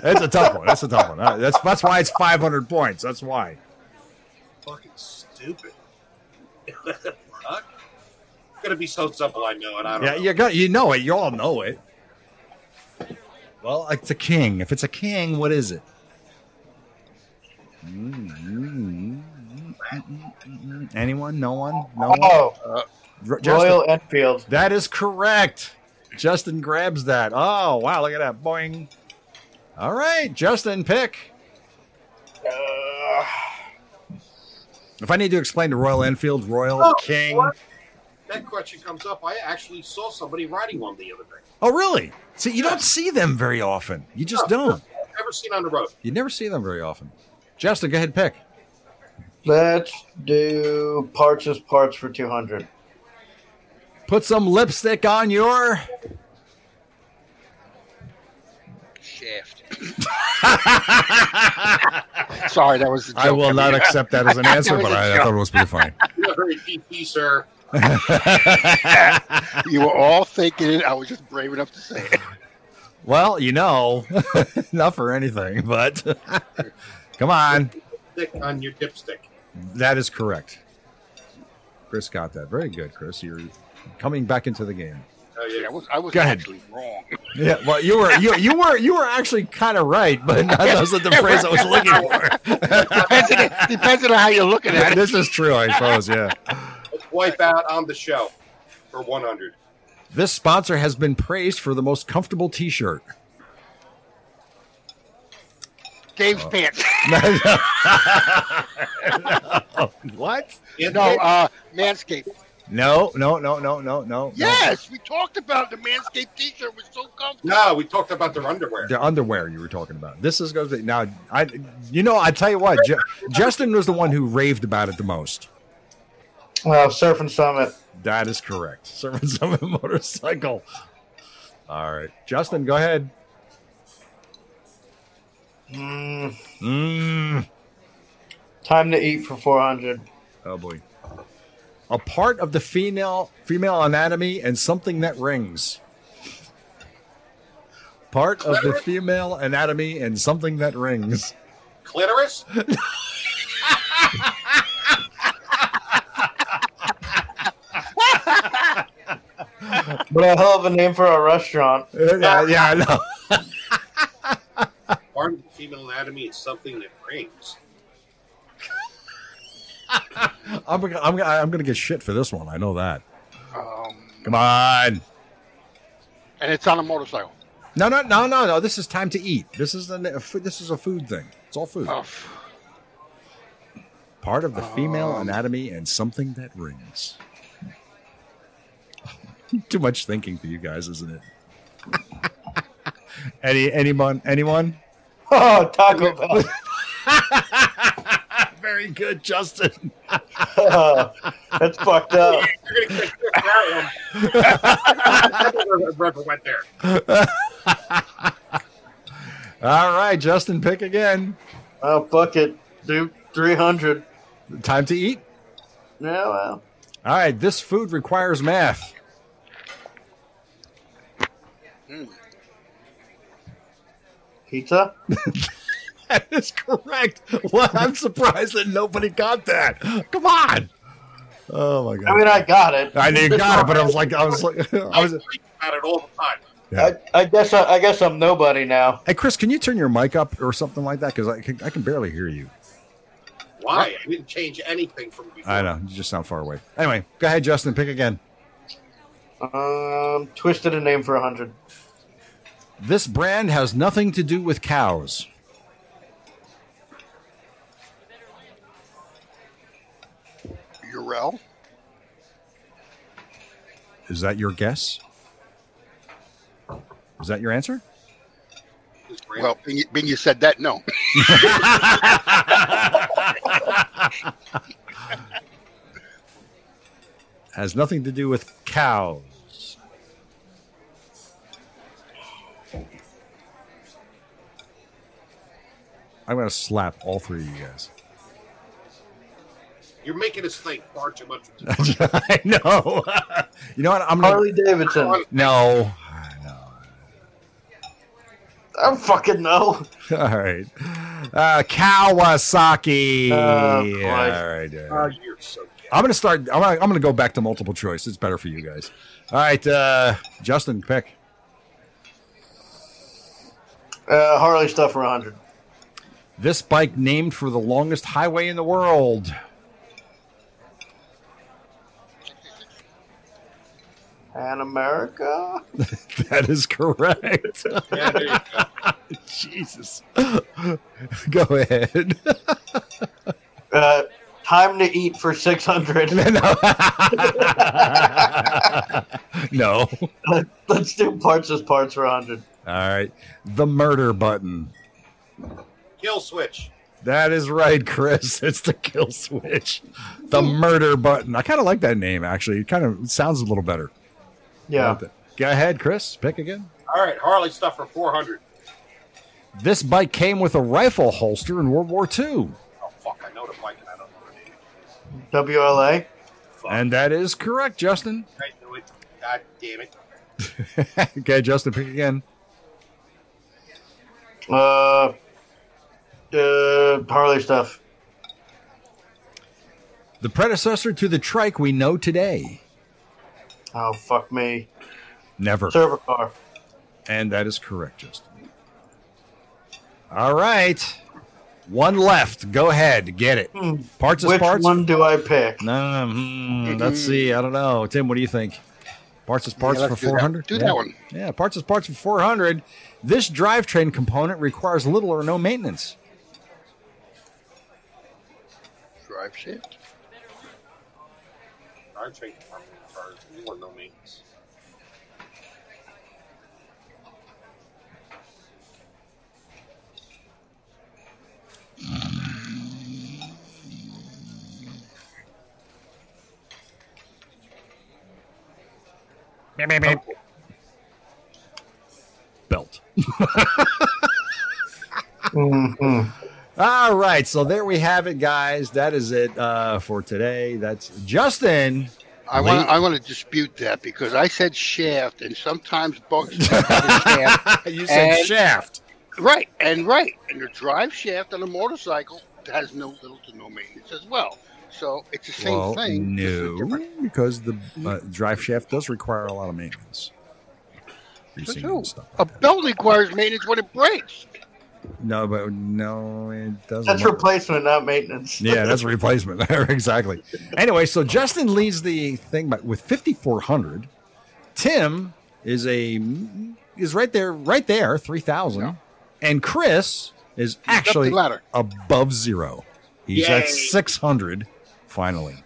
Speaker 1: That's a tough one. That's a tough one. All right, That's that's why it's 500 points. That's why.
Speaker 3: Fucking stupid. Fuck. It's gonna be so simple, I know it. I don't
Speaker 1: Yeah,
Speaker 3: know.
Speaker 1: you got you know it. You all know it. Well, it's a king. If it's a king, what is it? Mm-hmm. Anyone? No one? No one?
Speaker 2: Oh,
Speaker 1: R- Justin-
Speaker 2: Royal Enfield.
Speaker 1: That is correct. Justin grabs that. Oh, wow. Look at that. Boing. All right. Justin, pick.
Speaker 2: Uh,
Speaker 1: If I need to explain to Royal Enfield, Royal
Speaker 3: Oh,
Speaker 1: King.
Speaker 3: what? That question comes up. I actually saw somebody riding one the other day.
Speaker 1: Oh, really? See, you don't see them very often. You just don't.
Speaker 3: Never seen on the road.
Speaker 1: You never see them very often. Justin, go ahead, pick.
Speaker 2: let's do parts as parts for 200.
Speaker 1: Put some lipstick on your.
Speaker 4: Shaft.
Speaker 1: I
Speaker 4: Sorry, that was. The joke.
Speaker 1: will not
Speaker 4: mean,
Speaker 1: accept that as an answer,
Speaker 4: was
Speaker 1: but
Speaker 4: a
Speaker 1: I, I thought it was pretty funny.
Speaker 3: You're very geeky, sir.
Speaker 4: You were all thinking it. I was just brave enough to say it.
Speaker 1: well, you know, not for anything, but come on.
Speaker 3: Thick on your dipstick.
Speaker 1: That is correct. Chris got that. Very good, Chris. You're coming back into the game.
Speaker 3: Oh,
Speaker 4: I
Speaker 3: yeah.
Speaker 4: was. I was
Speaker 1: Go ahead.
Speaker 4: actually wrong.
Speaker 1: Yeah, well, you were you, you were you were actually kind of right, but that wasn't the phrase I was looking for.
Speaker 4: Depends on, depends on how you're looking at it.
Speaker 1: this is true, I suppose. Yeah.
Speaker 3: Wipe out on the show for 100.
Speaker 1: This sponsor has been praised for the most comfortable T-shirt.
Speaker 4: Dave's
Speaker 1: Oh.
Speaker 4: pants.
Speaker 1: What?
Speaker 3: And
Speaker 4: No, uh, Manscaped.
Speaker 1: No, no, no, no, no, no.
Speaker 4: Yes, we talked about it. the Manscaped T-shirt was so comfortable.
Speaker 3: no, we talked about their underwear.
Speaker 1: The underwear you were talking about. This is going to be now. I, you know, I tell you what, Ju- Justin was the one who raved about it the most.
Speaker 2: Wow, Surf and Summit.
Speaker 1: That is correct. Servants of a motorcycle. All right, Justin, go ahead.
Speaker 2: Mm,
Speaker 1: Mm.
Speaker 2: time to eat for 400.
Speaker 1: Oh boy, a part of the female female anatomy and something that rings. Part of the female anatomy and something that rings.
Speaker 3: Clitoris?
Speaker 2: What a hell of a name for a restaurant.
Speaker 1: Yeah, yeah, I know.
Speaker 3: Part of the female anatomy is something that rings.
Speaker 1: I'm, gonna- I'm, gonna- I'm going to get shit for this one. I know that.
Speaker 4: Um,
Speaker 1: Come on.
Speaker 4: and it's on a motorcycle.
Speaker 1: No, no, no, no, no. This is time to eat. This is a this is a food thing. It's all food.
Speaker 4: Oh,
Speaker 1: Part of the female
Speaker 4: Um.
Speaker 1: anatomy and something that rings. Too much thinking for you guys, isn't it? Any anyone anyone?
Speaker 2: Oh, Taco Bell.
Speaker 1: Very good, Justin.
Speaker 2: that's fucked up.
Speaker 3: You're gonna catch this that one. I never went there.
Speaker 1: All right, Justin, pick again.
Speaker 2: Oh, fuck it. Do 300.
Speaker 1: Time to eat.
Speaker 2: Yeah, well.
Speaker 1: All right, this food requires math.
Speaker 2: Pizza?
Speaker 1: That is correct. Well, I'm surprised that nobody got that. Come on. Oh my
Speaker 2: I
Speaker 1: god.
Speaker 2: mean, I got it.
Speaker 1: I knew you got it, but I was like, I was like, I
Speaker 3: I
Speaker 1: was.
Speaker 3: think about it all the time.
Speaker 2: I, I guess I, I guess I'm nobody now.
Speaker 1: Hey, Chris, can you turn your mic up or something like that? Because I can, I can barely hear you.
Speaker 3: Why? I didn't change anything from before.
Speaker 1: I know you just sound far away. Anyway, go ahead, Justin. Pick again.
Speaker 2: Um, twisted a name for 100.
Speaker 1: This brand has nothing to do with cows.
Speaker 4: you Urel.
Speaker 1: Is that your guess? Is that your answer?
Speaker 3: It's great.
Speaker 4: Well, being, being you said that, no.
Speaker 1: Has nothing to do with cows. I'm going to slap all three of you guys.
Speaker 3: you're making us think far too much.
Speaker 1: I know. you know what? I'm going to.
Speaker 2: Harley Davidson.
Speaker 1: No. No.
Speaker 2: I don't fucking know.
Speaker 1: All right. Uh, Kawasaki.
Speaker 2: Oh,
Speaker 1: all
Speaker 2: Christ.
Speaker 1: right. all right.
Speaker 3: Oh, you're so gay.
Speaker 1: I'm gonna start. I'm gonna, I'm gonna go back to multiple choice. It's better for you guys. All right, uh, Justin, pick.
Speaker 2: Uh, Harley stuff for 100.
Speaker 1: This bike named for the longest highway in the world.
Speaker 2: And America?
Speaker 1: That is correct.
Speaker 3: Yeah, there you go.
Speaker 1: Jesus. go ahead.
Speaker 2: Uh, time to eat for 600.
Speaker 1: no.
Speaker 2: Let's do parts as parts for 100.
Speaker 1: All right. The murder button.
Speaker 3: Kill switch.
Speaker 1: That is right, Chris. It's the kill switch. The murder button. I kind of like that name, actually. It kind of sounds a little better.
Speaker 2: Yeah.
Speaker 1: Go ahead, Chris. Pick again.
Speaker 3: All right, Harley stuff for 400.
Speaker 1: This bike came with a rifle holster in World War II.
Speaker 3: Oh, fuck, I know the bike and I don't know the name.
Speaker 2: WLA?
Speaker 3: Fuck,
Speaker 1: And that is correct, Justin.
Speaker 3: I knew it. God damn it.
Speaker 1: okay, Justin, pick again.
Speaker 2: Uh, uh, Harley stuff.
Speaker 1: The predecessor to the trike we know today.
Speaker 2: Oh, fuck me.
Speaker 1: Never.
Speaker 2: Server car.
Speaker 1: And that is correct, Justin. All right. One left. Go ahead. Get it.
Speaker 2: Hmm.
Speaker 1: Parts is
Speaker 2: Which
Speaker 1: parts.
Speaker 2: one do I pick?
Speaker 1: No, no, no. Hmm, let's see. I don't know. Tim, what do you think? Parts is parts
Speaker 4: Yeah,
Speaker 1: for
Speaker 4: let's do that.
Speaker 1: 400?
Speaker 4: Do
Speaker 1: yeah.
Speaker 4: that one.
Speaker 1: Yeah, parts is parts for 400. This drivetrain component requires little or no maintenance.
Speaker 4: Drive shift.
Speaker 3: Our train department cars. You want no maintenance.
Speaker 1: Belt.
Speaker 2: hmm
Speaker 1: Mm-hmm. All right, so there we have it, guys. That is it uh, for today. That's Justin.
Speaker 4: I
Speaker 1: Late.
Speaker 4: want I want to dispute that because I said shaft, and sometimes bugs shaft.
Speaker 1: you said
Speaker 4: And-
Speaker 1: shaft.
Speaker 4: Right, and right, and the drive shaft on a motorcycle has no little to no maintenance as well. So it's the same
Speaker 1: well,
Speaker 4: thing. just a different- Mm.
Speaker 1: no, because the uh, drive shaft does require a lot of maintenance.
Speaker 4: So
Speaker 1: Greasing
Speaker 4: true. Oh.
Speaker 1: and stuff
Speaker 4: A
Speaker 1: like that.
Speaker 4: belt requires maintenance when it breaks.
Speaker 1: No, but no, it doesn't.
Speaker 2: That's
Speaker 1: work.
Speaker 2: replacement, not maintenance.
Speaker 1: yeah, that's a replacement. exactly. Anyway, so Justin leads the thing by, with 5400. Tim is a is right there right there 3000.
Speaker 4: Yeah.
Speaker 1: And Chris is
Speaker 4: It's up
Speaker 1: actually
Speaker 4: the ladder.
Speaker 1: above 0. He's
Speaker 3: Yay.
Speaker 1: at 600 finally.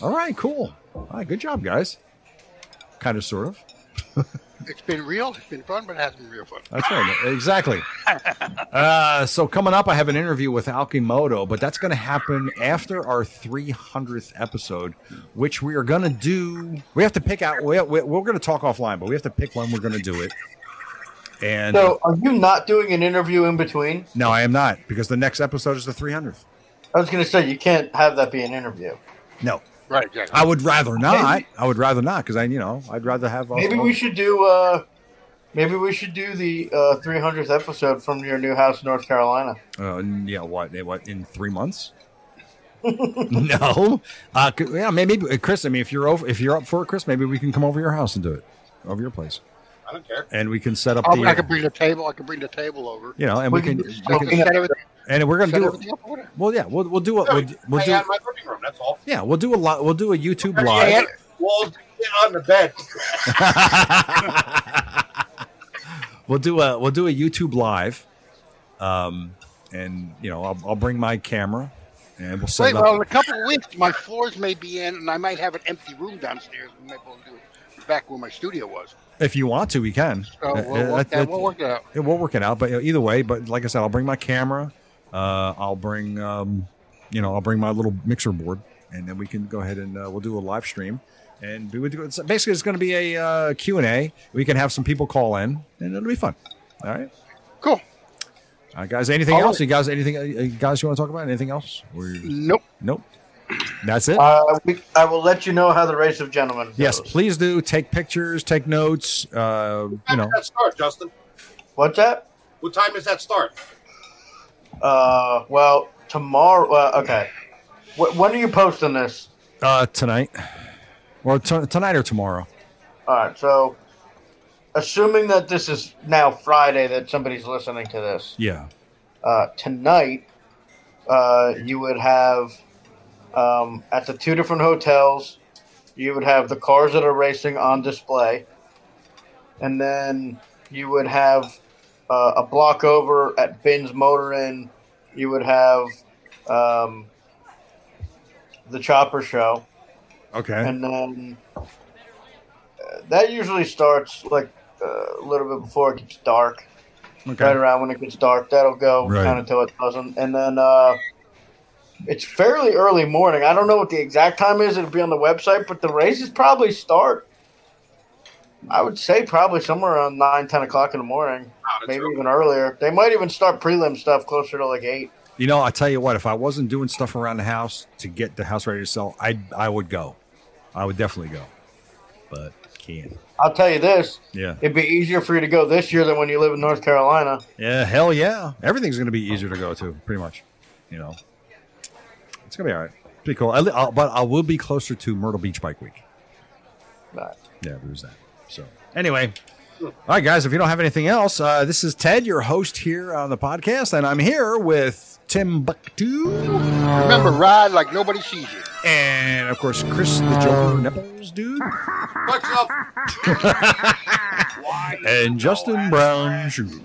Speaker 1: All right, cool. All right, good job guys. Kind of sort of.
Speaker 4: It's been real. It's been fun, but it hasn't been real fun.
Speaker 1: That's right. Exactly. Uh, so coming up, I have an interview with Alkimoto, but that's going to happen after our 300th episode, which we are going to do. We have to pick out. We, we, we're going to talk offline, but we have to pick when we're going to do it. And
Speaker 2: So, are you not doing an interview in between?
Speaker 1: no, I am not because the next episode is the 300th.
Speaker 2: I was going to say, you can't have that be an interview.
Speaker 1: No,
Speaker 4: Right, exactly.
Speaker 1: I would rather not. I would rather not because I, you know, I'd rather have.
Speaker 2: Maybe we should do. Uh, maybe we should do the uh, 300th episode from your new house in North Carolina.
Speaker 1: Uh, yeah, what? eh, What in three months? no, uh, c- yeah, maybe uh, Chris. I mean, if you're over, if you're up for it, Chris, maybe we can come over to your house and do it, over your place,
Speaker 3: I don't care.
Speaker 1: and we can set up
Speaker 4: I'll,
Speaker 1: the,
Speaker 4: Oh, I could bring the table. I could bring the table over.
Speaker 1: you know, and we,
Speaker 2: we
Speaker 1: can,
Speaker 2: can
Speaker 1: we
Speaker 4: I'll
Speaker 1: can-
Speaker 2: something.
Speaker 4: set everything,
Speaker 1: and we're gonna
Speaker 4: set
Speaker 1: do it.
Speaker 4: everything up over there.
Speaker 1: Well, yeah, we'll we'll do it. We'll, we'll
Speaker 3: I
Speaker 1: do
Speaker 3: had my living room. That's all.
Speaker 1: yeah, we'll do a lot. We'll do a YouTube
Speaker 3: I
Speaker 1: live.
Speaker 3: had Well, get on the bed.
Speaker 1: we'll do a we'll do a YouTube live, um, and you know I'll, I'll bring my camera and we'll set
Speaker 4: Wait,
Speaker 1: it up.
Speaker 4: well, in a couple of weeks, my floors may be in, and I might have an empty room downstairs. We might be able to do it back where my studio was.
Speaker 1: if you want to, we can.
Speaker 4: So
Speaker 1: Uh,
Speaker 4: we'll,
Speaker 1: uh,
Speaker 4: work
Speaker 1: that-
Speaker 4: that, we'll work it out.
Speaker 1: it will work it out. But you know, either way, but like I said, I'll bring my camera. Uh, I'll bring, um, you know, I'll bring my little mixer board, and then we can go ahead and uh, we'll do a live stream. And we would, it's- basically, it's going to be a uh, Q and A. We can have some people call in, and it'll be fun. All right,
Speaker 4: Cool.
Speaker 1: All right, guys. Anything
Speaker 4: All
Speaker 1: else? You guys, anything? uh, You guys, you want to talk about anything else? Or,
Speaker 4: Nope.
Speaker 1: nope. That's it.
Speaker 2: Uh, we, I will let you know how the race of gentlemen. Goes.
Speaker 1: yes, please do take pictures, take notes. Uh, you
Speaker 3: When
Speaker 1: know,
Speaker 3: does that start, Justin?
Speaker 2: What's that?
Speaker 3: What time does that start?
Speaker 2: Uh, well, tomorrow. Uh, okay. Wh- when are you posting this?
Speaker 1: uh, tonight or t- tonight or tomorrow.
Speaker 2: All right. So, assuming that this is now Friday, that somebody's listening to this
Speaker 1: Yeah.
Speaker 2: uh, tonight, uh, you would have um, at the two different hotels, you would have the cars that are racing on display, and then you would have uh, a block over at Bin's Motor Inn. You would have um, the Chopper Show
Speaker 1: Okay.
Speaker 2: and then uh, that usually starts like uh, a little bit before it gets dark.
Speaker 1: okay.
Speaker 2: Right around when it gets dark, that'll go
Speaker 1: Right.
Speaker 2: kind of till it doesn't, and then uh, it's fairly early morning. I don't know what the exact time is; it'll be on the website, but the races probably start. I would say probably somewhere around nine, ten o'clock in the morning,
Speaker 3: Wow, that's
Speaker 2: maybe
Speaker 3: early.
Speaker 2: even earlier. They might even start prelim stuff closer to like eight.
Speaker 1: You know, I tell you what, if I wasn't doing stuff around the house to get the house ready to sell, I I would go. I would definitely go. But can't.
Speaker 2: I'll tell you this:
Speaker 1: Yeah.
Speaker 2: it'd be easier for you to go this year than when you live in North Carolina.
Speaker 1: Yeah, hell yeah. Everything's going to be easier to go to, pretty much. You know. It's going to be all right. Pretty cool. I li- I'll, but I will be closer to Myrtle Beach Bike Week.
Speaker 2: But
Speaker 1: Yeah, there's that. So, anyway. All right, guys, if you don't have anything else, uh, this is Ted, your host here on the podcast, and I'm here with Timbuktu
Speaker 4: Remember, ride like nobody sees you.
Speaker 1: and, of course, Chris the Joker Nipples, dude.
Speaker 3: Fuck yourself.
Speaker 1: and Justin Brown shoes.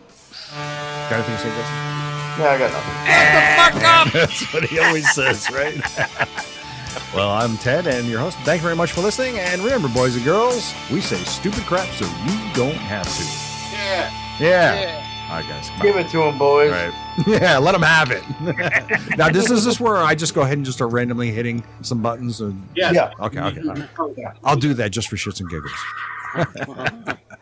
Speaker 1: Got anything to say, Justin?
Speaker 2: yeah, I got nothing.
Speaker 1: That's what he always says, right? well, I'm Ted and your host. Thank you very much for listening. And remember, boys and girls, we say stupid crap so you don't have to.
Speaker 3: Yeah.
Speaker 1: Yeah.
Speaker 4: Yeah.
Speaker 1: All right, guys.
Speaker 2: Give it to him, boys.
Speaker 1: Right. Yeah, let them have it. now, this is this where I just go ahead and just start randomly hitting some buttons. And...
Speaker 3: Yes.
Speaker 2: Yeah.
Speaker 1: Okay, okay. all right. I'll do that just for shits and giggles.